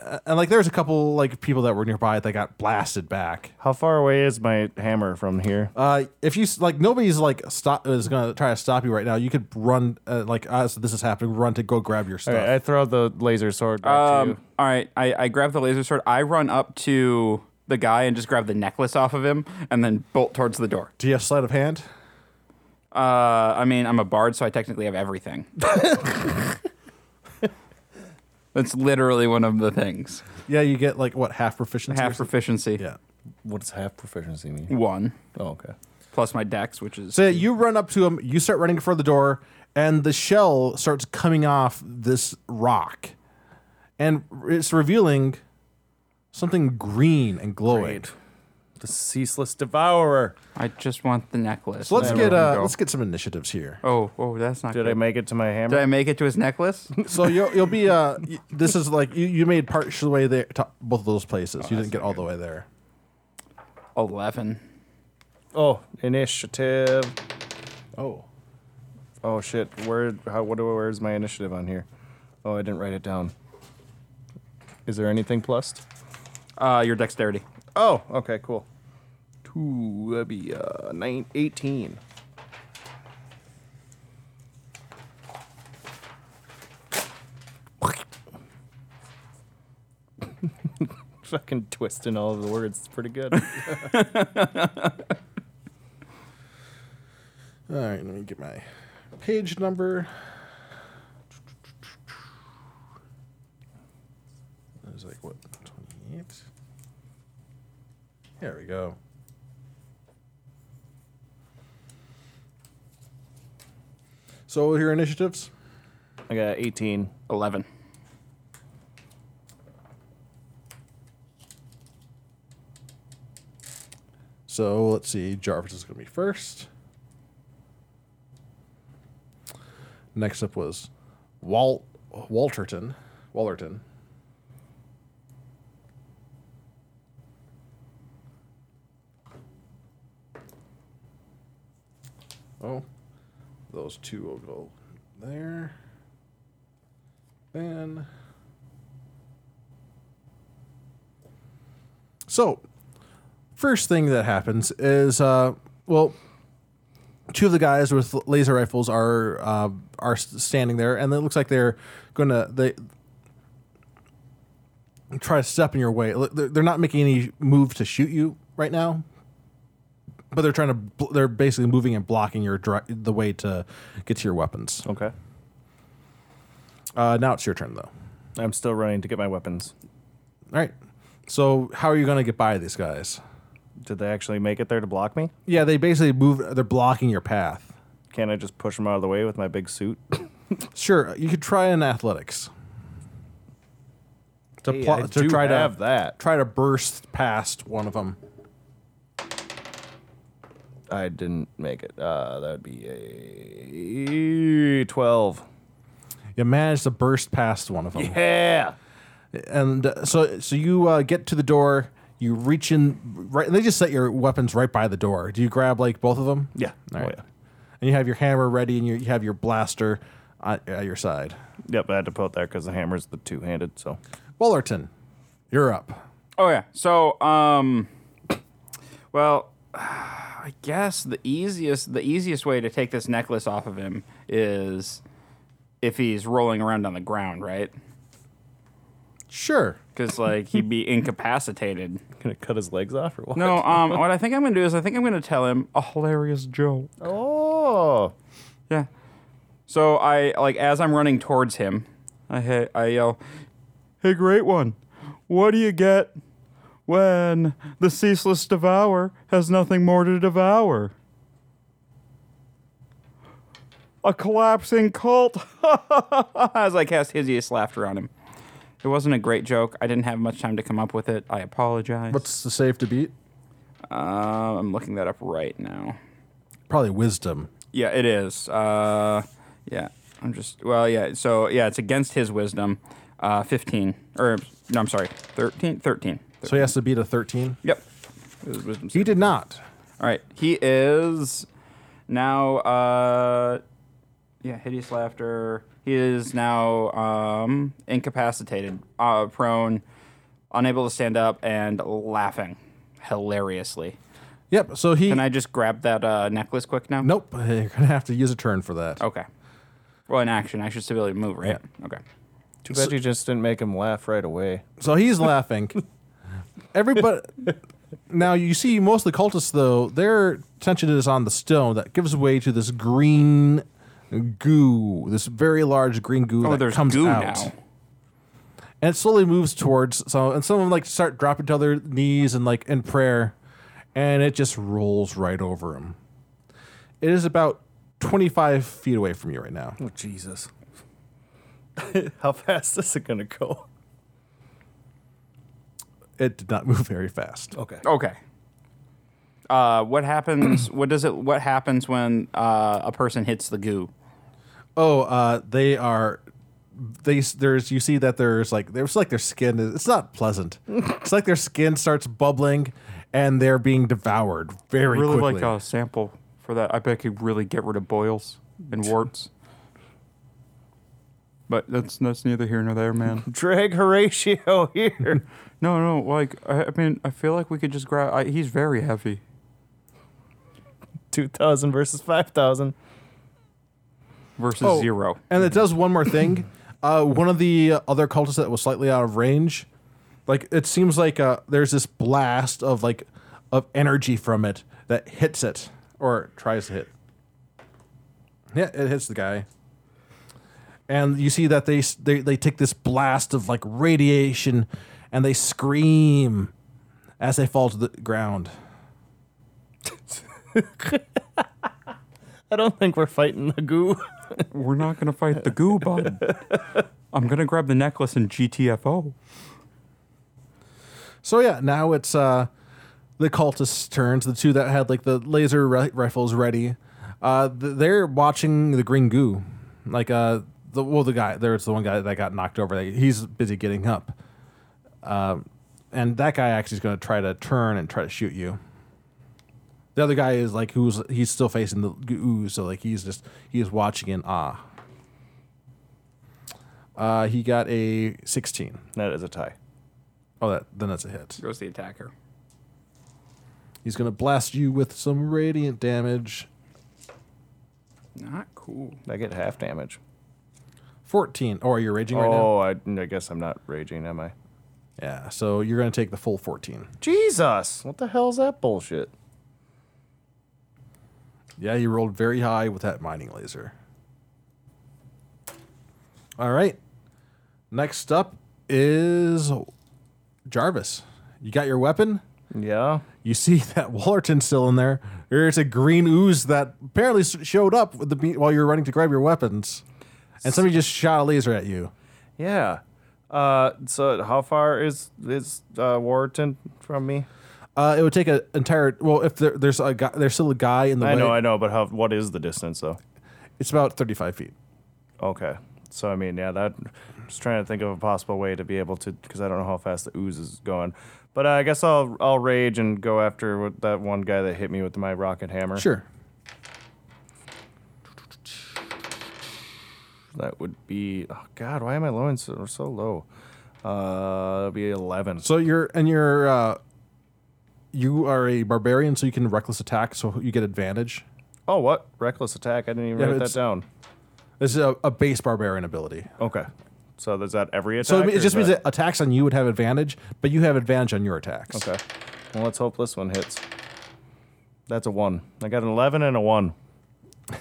S3: uh, and like there's a couple like people that were nearby that got blasted back.
S2: How far away is my hammer from here?
S3: Uh, if you s- like, nobody's like stop is gonna try to stop you right now. You could run uh, like as this is happening, run to go grab your stuff.
S2: All right, I throw the laser sword back to
S5: Um,
S2: you.
S5: all right, I, I grab the laser sword. I run up to the guy and just grab the necklace off of him and then bolt towards the door.
S3: Do you have sleight of hand?
S5: Uh, I mean, I'm a bard, so I technically have everything. That's literally one of the things.
S3: Yeah, you get like what half proficiency. or
S5: Half
S3: something?
S5: proficiency.
S3: Yeah.
S2: What does half proficiency mean?
S5: One.
S2: Oh, okay.
S5: Plus my dex, which is.
S3: So yeah, you run up to him. You start running for the door, and the shell starts coming off this rock, and it's revealing something green and glowing.
S2: The ceaseless devourer.
S5: I just want the necklace.
S3: So let's
S5: There
S3: get
S5: we
S3: uh,
S5: go.
S3: let's get some initiatives here.
S5: Oh, oh, that's not
S2: Did
S5: good.
S2: I make it to my hammer?
S5: Did I make it to his necklace?
S3: [LAUGHS] So you'll, you'll be uh, y- this is like you, you made part of the way there to both of those
S5: Oh,
S3: places. you didn't get all the way there.
S5: 11.
S2: oh, initiative.
S3: Oh,
S2: Oh shit. Where? How? What? do- Where's my initiative on here? Oh, I didn't write it down. Is there anything plus?
S5: Uh, your dexterity.
S2: Oh, okay, cool. Two, that'd be uh, nine, 18. [LAUGHS] Fucking twisting all of the words. It's pretty [LAUGHS] good.
S3: all right. Let me get my page number. It was like what twenty eight. There we go. So your initiatives.
S2: I got 18.
S5: 11.
S3: So let's see. Jarvis is going to be first. Next up was Walt Walterton. Wallerton. Oh, those two will go there. Then. So first thing that happens is uh, well two of the guys with laser rifles are uh, are s- standing there and it looks like they're gonna they try to step in your way Look, they're, they're not making any move to shoot you right now but they're trying to bl- they're basically moving and blocking your dri- the way to get to your weapons
S2: Okay.
S3: uh, now it's your turn though all
S2: I'm still running to get my weapons.
S3: right so how are you gonna get by these guys
S2: Did they actually make it there to block me?
S3: yeah they basically move they're blocking your path
S2: Can't I just push them out of the way with my big suit?
S3: Sure, uh, you could try in athletics. To,
S2: Hey,
S3: pl-
S2: I
S3: to
S2: do
S3: try
S2: have
S3: to
S2: that.
S3: try to burst past one of them.
S2: I didn't make it. Uh, that'd be a 12.
S3: You managed to burst past one of
S2: Um,
S3: them,
S2: Yeah.
S3: and uh, so so you uh, get to the door. You reach in right. They just set your weapons right by the door. Do you grab like both of them?
S2: Yeah.
S3: All right.
S2: Oh, yeah.
S3: And you have your hammer ready, and you, you have your blaster at, at your side.
S2: Yep, I had to put it there because the hammer's the two handed. So [LAUGHS]
S3: Wallerton, you're up.
S5: Oh yeah. So um, well, I guess the easiest the easiest way to take this necklace off of him is if he's rolling around on the ground, right?
S3: Sure.
S5: Because like he'd [LAUGHS] be incapacitated.
S2: gonna cut his legs off or what?
S5: No. Um. What I think I'm gonna do is I think I'm gonna tell him a hilarious joke.
S2: Oh,
S5: Yeah. So I like as I'm running towards him, I hit, I yell, "Hey, great one! What do you get when the ceaseless devour has nothing more to devour? A collapsing cult!" [LAUGHS] as I cast hideous laughter on him. It wasn't a great joke. I didn't have much time to come up with it. I apologize.
S3: What's the save to beat?
S5: Uh, I'm looking that up right now.
S3: Probably wisdom.
S5: Yeah, it is. Uh, yeah, I'm just well, yeah. So yeah, it's against his wisdom. Uh, 15 or no, I'm sorry, 13. 13.
S3: So he has to beat a thirteen.
S5: Yep. It was wisdom.
S3: He
S5: save.
S3: did not.
S5: All right, he is now. Uh, yeah, hideous laughter. He is now um, incapacitated, uh, prone, unable to stand up, and laughing hilariously.
S3: Yep. So he.
S5: Can I just grab that uh, necklace quick now?
S3: Nope. [LAUGHS] You're gonna have to use a turn for that.
S5: Okay. Well, in action, I should still be able to move, right? Okay.
S6: Too bad you just didn't make him laugh right away.
S3: So he's laughing. Everybody. Now you see most of the cultists though their attention is on the stone that gives way to this green goo, this very large green goo
S5: Oh,
S3: that
S5: there's
S3: comes
S5: goo
S3: out,
S5: now.
S3: and it slowly moves towards. So and some of them like start dropping to their knees and like in prayer, and it just rolls right over him. It is about twenty five feet away from you right now.
S6: Oh, Jesus.
S2: [LAUGHS] How fast is it gonna go?
S3: It did not [LAUGHS] move very fast.
S6: Okay.
S5: Okay. Uh, what happens? what does it? What happens when uh, a person hits the goo?
S3: Oh, uh, they are. They there's you see that there's like there's like their skin is it's not pleasant. it's like their skin starts bubbling, and they're being devoured very quickly.
S5: a sample for that. I bet could really get rid of boils and warts. But that's that's neither here nor there, man.
S2: Drag Horatio [LAUGHS] here.
S5: No, no, like I, I mean, I feel like we could just grab. I, he's very heavy.
S2: Two thousand versus five thousand.
S5: Versus
S3: Oh.
S5: zero.
S3: and it does one more thing. Uh, one of the other cultists that was slightly out of range, like it seems like uh, there's this blast of like of energy from it that hits it or tries to hit. Yeah, it hits the guy, and you see that they s- they they take this blast of like radiation, and they scream as they fall to the ground.
S2: I don't think we're fighting the goo. [LAUGHS]
S5: We're not gonna fight the goo
S3: [LAUGHS]
S5: bud. I'm gonna grab the necklace and GTFO.
S3: So yeah, now it's uh, the cultists' turns. The two that had like the laser ri- rifles ready, uh, th- they're watching the green goo. Like uh, the well, the guy there's the one guy that got knocked over. Like, he's busy getting up, Um and that guy actually is going to try to turn and try to shoot you. The other guy is like who's he's still facing the goo, so like he's just he's watching in awe. Uh, he got a sixteen.
S2: That is a tie.
S3: Oh, that then that's a hit.
S5: Goes the attacker.
S3: He's gonna blast you with some radiant damage.
S5: Not cool.
S2: I get half damage.
S3: Fourteen. Oh, are you raging right now?
S2: oh, I, I guess I'm not raging, am I?
S3: Yeah. So you're gonna take the full fourteen.
S2: Jesus! What the hell's that bullshit?
S3: Yeah, you rolled very high with that mining laser. All right. Next up is Jarvis. You got your weapon.
S2: Yeah.
S3: You see [LAUGHS] that Wallerton still in there. There's a green ooze that apparently s- showed up with the be- while you were running to grab your weapons, and somebody just shot a laser at you.
S2: Yeah. Uh, so how far is is uh, Warrington from me?
S3: Uh, it would take an entire. Well, if there, there's a guy, there's still a guy in the
S2: I
S3: way.
S2: know, I know, but how? What is the distance though?
S3: It's about 35 feet.
S2: Okay. So I mean, yeah, that. Just trying to think of a possible way to be able to, because I don't know how fast the ooze is going. But uh, I guess I'll I'll rage and go after what- that one guy that hit me with my rocket hammer.
S3: Sure.
S2: That would be. Oh God, why am I low? in So, so low. Uh, that'd be eleven.
S3: So you're and you're uh, you are a barbarian, so you can reckless attack, so you get advantage.
S2: Oh, what reckless attack? I didn't even
S3: Yeah,
S2: write
S3: it's-
S2: that down.
S3: This is a, a base barbarian ability.
S2: Okay. So is that every attack?
S3: So it, mean-
S2: or
S3: it just
S2: is
S3: means that attacks on you would have advantage, but you have advantage on your attacks.
S2: Okay. Well, let's hope this one hits. That's a one. I got an 11 and a one.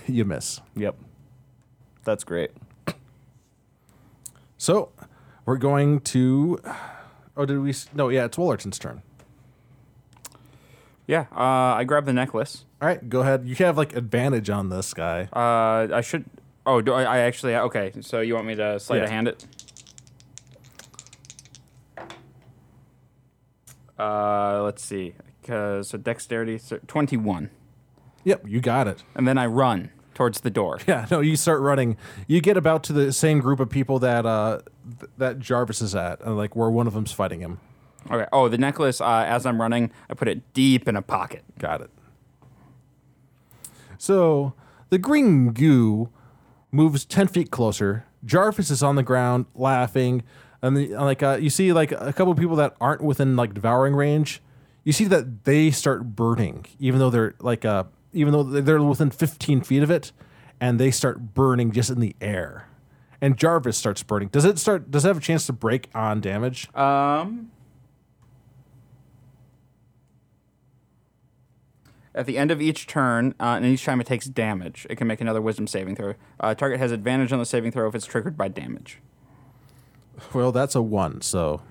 S3: you miss.
S2: Yep. That's great.
S3: So we're going to. Oh, did we? s- No, yeah, it's Wollerton's turn.
S5: Yeah, uh, I grab the necklace.
S3: All right, go ahead. You have like advantage on this guy.
S5: Uh, I should. Oh, do I, I actually? Okay, so you want me to sleight of
S3: Yeah.
S5: hand it? Uh, let's see. 'Cause- so dexterity so twenty-one,
S3: Yep, you got it.
S5: and then I run towards the door.
S3: Yeah, no, you start running. You get about to the same group of people that uh th- that Jarvis is at, and like where one of them's fighting him.
S5: Okay. Oh, the necklace. Uh, as I'm running, I put it deep in a pocket.
S3: Got it. So the green goo moves ten feet closer, Jarvis is on the ground laughing, and the, like uh, you see like a couple of people that aren't within like devouring range. You see that they start burning, even though they're like uh, even though they're within 15 feet of it, and they start burning just in the air. And Jarvis starts burning. Does it start? Does it have a chance to break on damage?
S5: Um, at the end of each turn, uh, and each time it takes damage, it can make another Wisdom saving throw. Uh, target has advantage on the saving throw if it's triggered by damage.
S3: Well, that's a one. So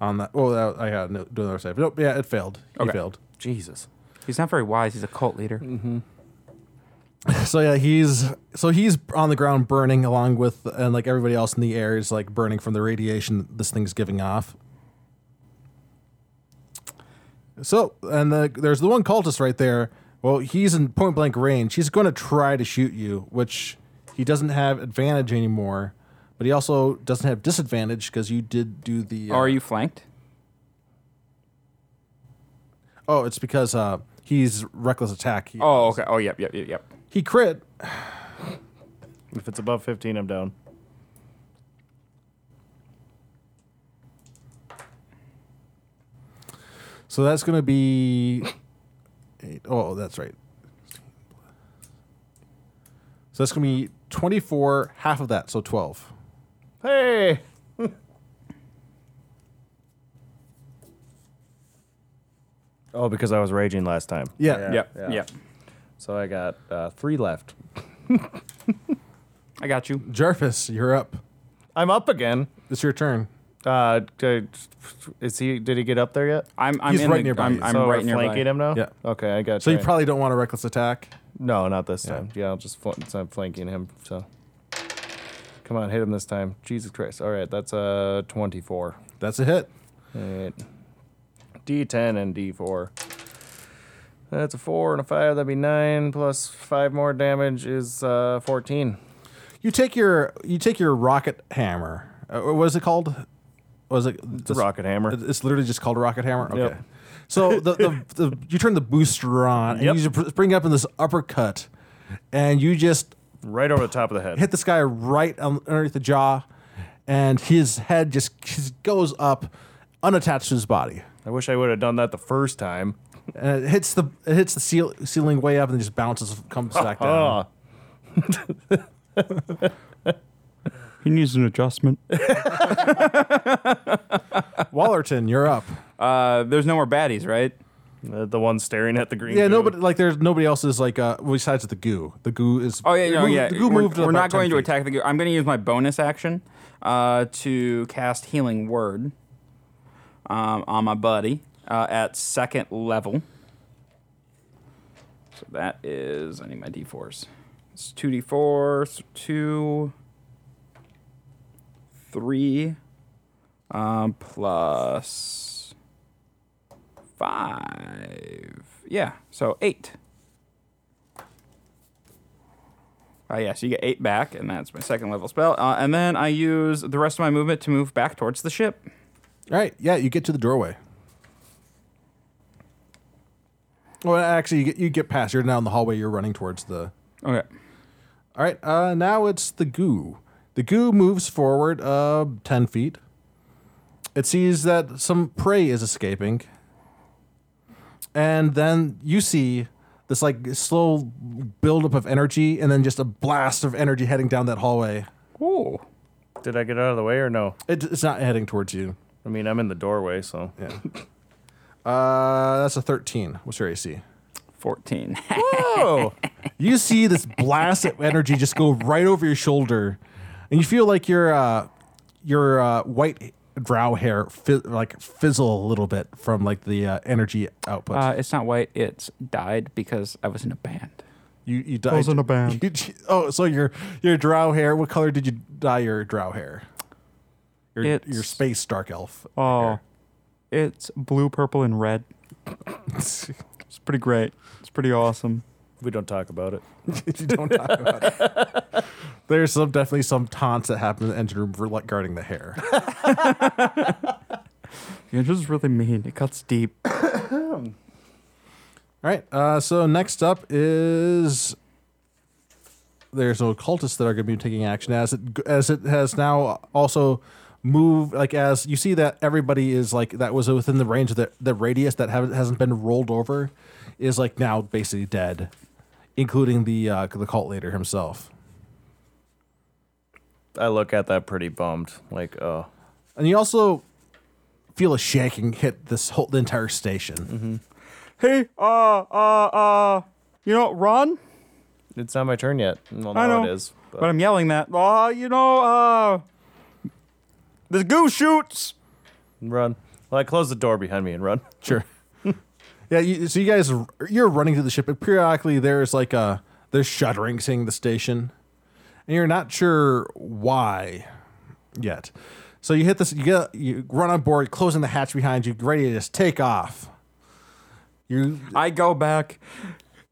S3: on that, well, that, I had no, do another save. Nope, yeah, it failed. He
S5: Okay.
S3: failed.
S7: Jesus.
S5: He's not very wise. He's a cult leader.
S3: So yeah, he's so he's on the ground burning along with and like everybody else in the air is like burning from the radiation that this thing's giving off. So and the, there's the one cultist right there. Well, he's in point blank range. He's going to try to shoot you, which he doesn't have advantage anymore, but he also doesn't have disadvantage because you did do the. uh,
S5: Are you flanked?
S3: Oh, it's because uh, he's reckless attack. He,
S5: Oh, okay. Oh, yep, yep, yep, yep.
S3: he crit.
S2: If it's above 15, I'm down.
S3: So that's going to be. Eight. Oh, that's right. So that's going to be 24, half of that, so 12.
S2: Hey! [LAUGHS] oh, because I was raging last time.
S3: Yeah.
S5: Yep,
S2: yeah.
S5: yep.
S2: So I got uh, three left.
S5: I got you.
S3: Jarvis, you're up.
S2: I'm up again.
S3: It's your turn.
S2: Uh, d- is he? Did he get up there yet?
S5: I'm, I'm
S3: He's
S5: in
S3: right
S5: the,
S3: nearby
S5: I'm,
S3: you,
S5: I'm
S2: so
S5: right
S2: we're
S5: nearby.
S2: flanking him now.
S3: Yeah.
S2: Okay, I got.
S3: So you
S2: right.
S3: probably don't want a reckless attack.
S2: No, not this time. Yeah, I'll just fl- so I'm flanking him. So, come on, hit him this time. Jesus Christ! All right, that's uh 24.
S3: That's a hit.
S2: All right. D10 and D4. That's a four and a five. That'd be nine plus five more damage is uh 14.
S3: You take your you take your rocket hammer. Uh, what is it called? Was it
S2: It's a rocket hammer.
S3: It's literally just called a rocket hammer. Okay.
S2: Yep.
S3: So the, the, [LAUGHS] the you turn the booster on and
S2: Yep.
S3: you just spring up in this uppercut, and you just
S2: Right over the top of the head.
S3: hit this guy right on- underneath the jaw, and his head just, just goes up, unattached to his body,
S2: I wish I would have done that the first time.
S3: and it hits the it hits the ceil- ceiling way up and just bounces
S5: [LAUGHS]
S3: comes back down.
S2: Ah.
S5: He needs an adjustment. Uh-huh.
S3: Wallerton,
S5: [LAUGHS]
S3: you're up.
S5: Uh, there's no more baddies, right?
S2: The, the one staring at the green.
S3: Yeah,
S2: goo.
S3: nobody like there's nobody else is like uh besides the goo. The goo is
S5: Oh yeah,
S3: the
S5: no,
S3: goo-
S5: yeah.
S3: The goo
S5: we're
S3: moved.
S5: we're
S3: about
S5: not
S3: 10
S5: going to
S3: feet.
S5: attack the. goo. I'm going to use my bonus action uh, to cast Healing Word um, on my buddy uh, at second level. So that is I need my d4s. It's two d4s, two, three, um, plus five. Yeah, so eight. Uh, yeah, so you get eight back, and that's my second level spell. Uh, and then I use the rest of my movement to move back towards the ship.
S3: All right, yeah, you get to the doorway. Well, actually, you get, you get past. You're now in the hallway. You're running towards the
S5: Okay.
S3: All right, uh, now it's the goo. The goo moves forward uh, 10 feet. It sees that some prey is escaping. And then you see this like slow buildup of energy and then just a blast of energy heading down that hallway.
S5: Ooh.
S2: Did I get out of the way or no?
S3: It, it's not heading towards you.
S2: I mean, I'm in the doorway, so.
S3: Yeah. [LAUGHS] Uh, that's a 13. What's your AC?
S5: 14. [LAUGHS]
S2: Oh!
S3: you see this blast of energy just go right over your shoulder, and you feel like your uh, your uh, white brow hair fi- like fizzle a little bit from like the uh, energy output.
S5: uh, it's not white, it's dyed because I was in a band.
S3: you [LAUGHS] you dyed, in
S5: [LAUGHS]
S3: a band. oh, so your your drow hair. What color did you dye your drow hair? Your
S5: It's-
S3: your space dark elf. [LAUGHS]
S1: Oh, it's blue, purple, and red. It's pretty great. It's pretty awesome.
S2: we don't talk about it.
S3: if you don't talk about it.
S5: [LAUGHS]
S3: There's some definitely some taunts that happen in the engine room regarding the hair.
S1: You're just really mean. It cuts deep.
S3: All right. Uh, so next up is there's no cultists that are going to be taking action as it as it has now also moved like as you see that everybody is like that was within the range of the, the radius that haven't, hasn't been rolled over is like now basically dead including the uh, the cult leader himself
S2: I look at that pretty bummed. Like, oh,
S3: and you also feel a shaking hit this whole the entire station
S1: Hey, uh, uh, uh, you know, Ron?
S2: it's not my turn yet. Well, now
S1: I know.
S2: it is. But,
S1: But I'm yelling that. Uh, you
S5: Oh,
S1: know,
S5: ah!
S1: uh, this goose shoots.
S2: run. Well, I close the door behind me and [LAUGHS] run.
S3: Sure. [LAUGHS] yeah. You, so you guys, you're running to the ship, but periodically there's like a there's shuddering seeing the station, and you're not sure why yet. So you hit this, you get you run on board, closing the hatch behind you, ready to just take off. You
S5: I go back.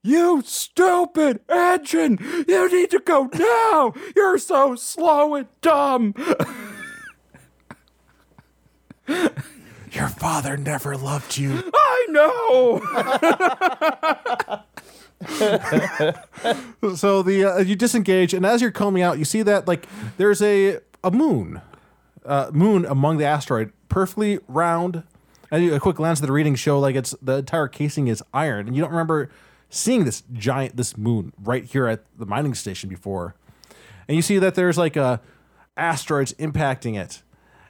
S5: You stupid engine! You need to go now! You're so slow and dumb!
S3: Your father never loved you.
S5: I know!
S3: so the uh, you disengage, and as you're combing out, you see that like there's a a moon, uh, moon among the asteroid, perfectly round. And you, a quick glance at the reading show like it's the entire casing is iron, and you don't remember seeing this giant this moon right here at the mining station before. And you see that there's like a asteroids impacting it,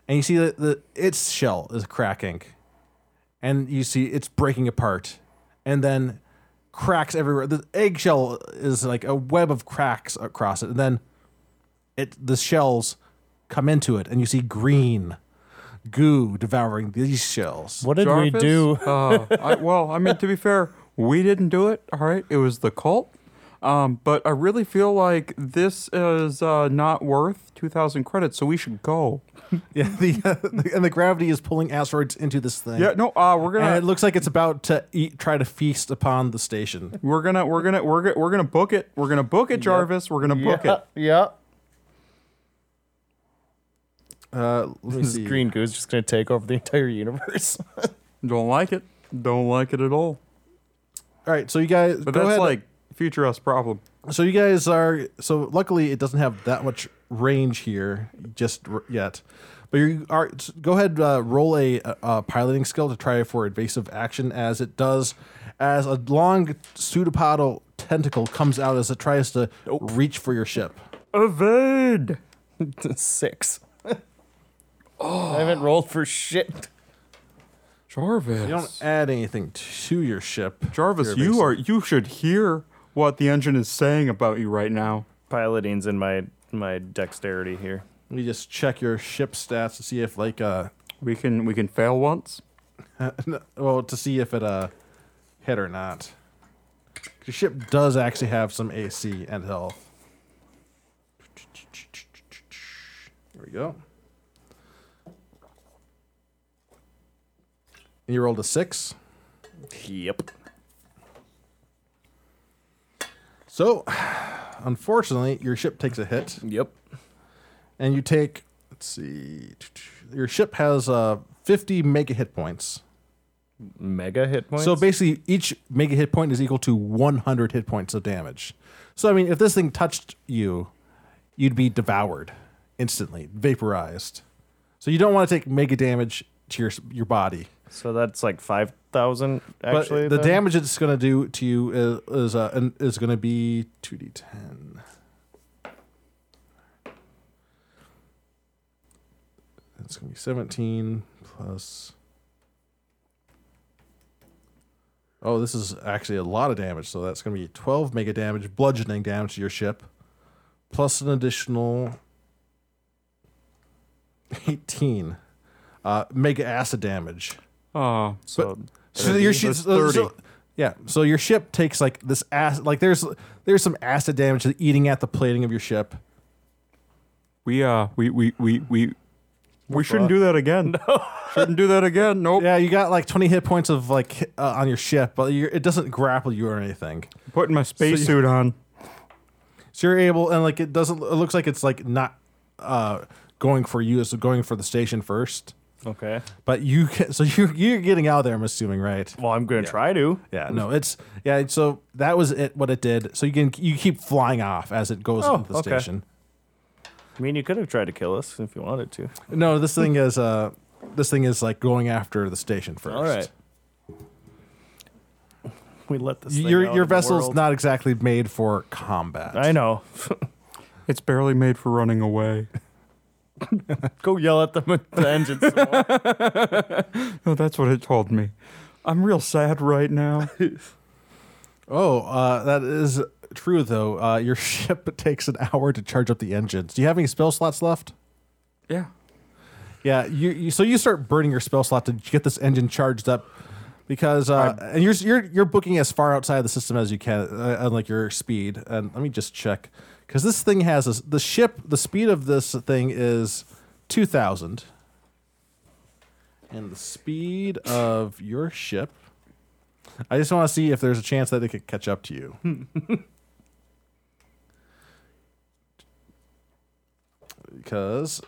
S3: and you see that the its shell is cracking and you see it's breaking apart and then cracks everywhere the eggshell is like a web of cracks across it and then it the shells come into it and you see green goo devouring these shells
S8: What did we
S1: Jarvis?
S8: do?
S1: Uh, I, well, I mean, to be fair, we didn't do it. All right, it was the cult. Um, but I really feel like this is uh, not worth two thousand credits, so we should go.
S3: [LAUGHS] yeah the, and the gravity is pulling asteroids into this thing
S1: Yeah, no, uh, we're
S3: and
S1: gonna
S3: it looks like it's about to eat try to feast upon the station
S1: we're gonna we're gonna we're gonna we're gonna book it. We're gonna book it, Jarvis. We're gonna book it.
S2: [LAUGHS] yeah.
S3: uh let me
S2: This
S3: see
S2: green goose just gonna take over the entire universe. [LAUGHS]
S1: Don't like it. Don't like it at all.
S3: all right so you guys
S1: But
S3: go
S1: that's
S3: ahead.
S1: like future us problem.
S3: so you guys are so luckily it doesn't have that much range here just r- yet but you are s- go ahead uh, roll a, uh uh piloting skill to try for evasive action as it does as a long pseudopodal tentacle comes out as it tries to reach for your ship
S1: Evade. [LAUGHS]
S2: Six.
S1: Oh.
S2: I haven't rolled for shit.
S1: Jarvis.
S3: you don't add anything to your ship
S1: Jarvis,
S3: Your
S1: you
S3: evasive.
S1: are you should hear what the engine is saying about you right now.
S2: Piloting's in my my dexterity here.
S3: you just check your ship stats to see if like uh
S1: We can we can fail once.
S3: [LAUGHS] well to see if it uh hit or not your ship does actually have some ac and health there we go and you rolled a six
S2: Yep.
S3: so unfortunately your ship takes a hit
S2: Yep.
S3: and you take let's see your ship has uh 50 mega hit points
S2: Mega hit points.
S3: So basically, each mega hit point is equal to 100 hit points of damage. So I mean, if this thing touched you, you'd be devoured instantly, vaporized. So you don't want to take mega damage to your your body.
S2: So that's like five thousand.
S3: But
S2: Actually,
S3: the
S2: then?
S3: damage it's going to do to you is is, uh, an- is going to be 2d10. It's going to be 17 plus. Oh, this is actually a lot of damage. So that's going to be 12 mega damage, bludgeoning damage to your ship, plus an additional 18 uh, mega acid damage.
S1: Oh,
S2: So
S3: So your ship,
S1: That's
S3: so,
S1: 30.
S3: so- yeah. So your ship takes like this acid, like there's there's some acid damage to eating at the plating of your ship.
S1: we uh we we we we we shouldn't do that again. No. shouldn't do that again.
S2: Oh.
S1: Nope.
S3: Yeah, you got like 20 hit points of like hi- uh, on your ship, but you're, it doesn't grapple you or anything.
S1: Putting my spacesuit on.
S3: So you're able, and like it doesn't. It looks like it's like not uh going for you, it's going for the station first.
S2: Okay.
S3: But you can, so [LAUGHS] you're you're getting out of there. I'm assuming, right?
S2: Well, I'm gonna try to.
S3: Yeah. No, it's yeah. So that was it. What it did. So you can you keep flying off as it goes
S2: Oh,
S3: into the
S2: okay.
S3: station.
S2: I mean, you could have tried to kill us if you wanted to.
S3: No, this thing is uh, this thing is like going after the station first.
S2: All right. We let this. thing
S3: Your
S2: out
S3: your
S2: in the
S3: vessel's
S2: world.
S3: not exactly made for combat.
S2: I know.
S1: It's barely made for running away. [LAUGHS]
S2: Go yell at them with the engine. some more. [LAUGHS]
S1: No, that's what it told me. I'm real sad right now.
S3: Oh, uh, that is true though. Uh, your [LAUGHS] ship takes an hour to charge up the engines. Do you have any spell slots left?
S1: yeah.
S3: Yeah, you, you so you start burning your spell slot to get this engine charged up because uh, and you're you're you're booking as far outside of the system as you can, uh, unlike your speed. And let me just check because this thing has a, the ship. The speed of this thing is two thousand, and the speed of your ship. I just want to see if there's a chance that it could catch up to you. because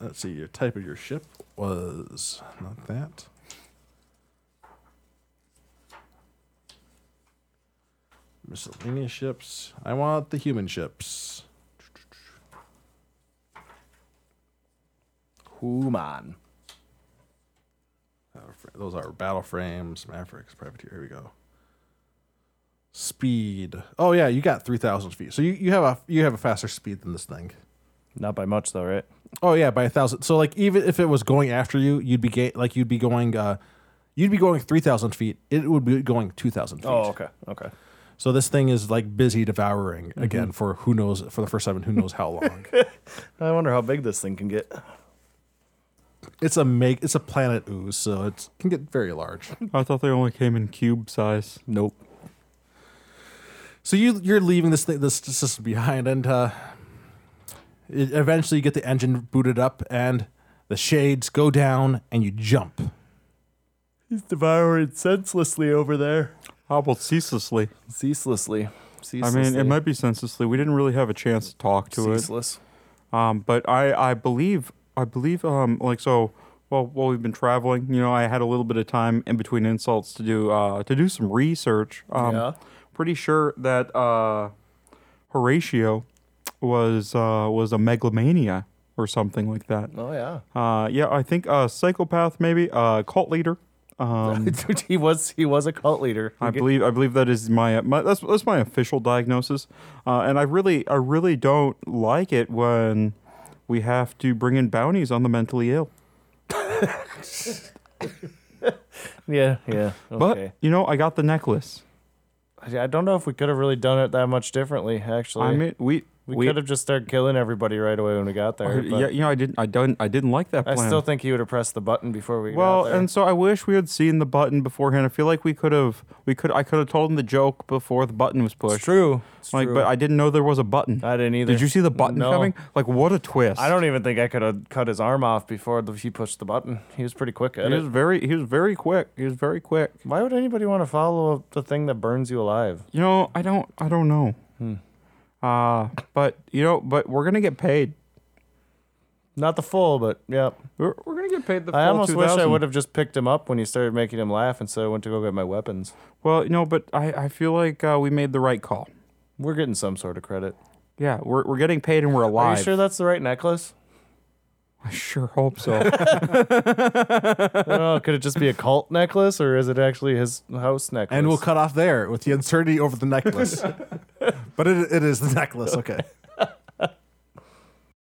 S3: Let's see, your type of your ship was not that. Miscellaneous ships. I want the human ships.
S2: Human.
S3: Uh, fr- Those are battle frames, Mavericks, Privateer. Here we go. Speed. Oh yeah, you got three thousand feet. So you, you have a you have a faster speed than this thing.
S2: Not by much though, right?
S3: Oh yeah, by a thousand. So like even if it was going after you, you'd be ga- like you'd be going uh, you'd be going three thousand feet. It would be going two thousand feet.
S2: Oh, okay, okay.
S3: So this thing is like busy devouring again for who knows for the first time and who knows how long.
S2: I wonder how big this thing can get.
S3: it's a make it's a planet ooze, so it can get very large.
S1: I thought they only came in cube size.
S2: Nope.
S3: So you you're leaving this thing, this system behind, and uh, it, eventually you get the engine booted up, and the shades go down, and you jump.
S2: He's devouring senselessly over there.
S1: Hobbled ceaselessly.
S2: Ceaselessly.
S1: I
S2: Ceaselessly.
S1: mean, it might be senselessly. We didn't really have a chance to talk to it.
S2: ceaseless.
S1: Um, but I, I believe, I believe, um, like so. Well, while we've been traveling, you know, I had a little bit of time in between insults to do uh, to do some research. Um,
S2: Yeah.
S1: Pretty sure that uh, Horatio was uh, was a megalomania or something like that.
S2: Oh yeah.
S1: Uh, yeah, I think a psychopath, maybe a cult leader.
S2: [LAUGHS]
S1: Um,
S2: he was he was a cult leader.
S1: I believe I believe that is my, my that's that's my official diagnosis, uh, and I really I really don't like it when we have to bring in bounties on the mentally ill.
S2: Yeah, yeah. Okay.
S1: But you know, I got the necklace.
S2: I I don't know if we could have really done it that much differently. Actually,
S1: I mean, we
S2: we, could have just started killing everybody right away when we got there. but
S1: [LAUGHS] yeah, you know, I didn't I don't I didn't like that
S2: I
S1: plan.
S2: still think he would have pressed the button before we.
S1: well,
S2: got there.
S1: and so I wish we had seen the button beforehand. I feel like we could have we could I could have told him the joke before the button was
S2: it's
S1: pushed.
S2: true. It's
S1: Like,
S2: true.
S1: but I didn't know there was a button.
S2: I didn't either.
S1: Did you see the button
S2: No.
S1: coming? Like, what a twist!
S2: I don't even think I could have cut his arm off before the, he pushed the button. He was pretty quick at
S1: He was
S2: it.
S1: very he was very quick. He was very quick.
S2: Why would anybody want to follow up the thing that burns you alive?
S1: You know, I don't I don't know.
S2: Hmm.
S1: Uh but you know, but we're gonna get paid.
S2: Not the full, but yeah.
S1: We're, we're gonna get paid the full
S2: I almost wish I
S1: 2000.
S2: would have just picked him up when you started making him laugh instead I went to go get my weapons.
S1: Well, you know, but I I feel like uh, we made the right call.
S2: We're getting some sort of credit.
S1: Yeah, we're we're getting paid and we're
S2: Are
S1: alive.
S2: you sure that's the right necklace? [LAUGHS]
S1: I sure hope so.
S2: I don't know. Could it just be a cult necklace or is it actually his house necklace?
S3: And we'll cut off there with the uncertainty over the necklace. but it, it is the necklace, okay.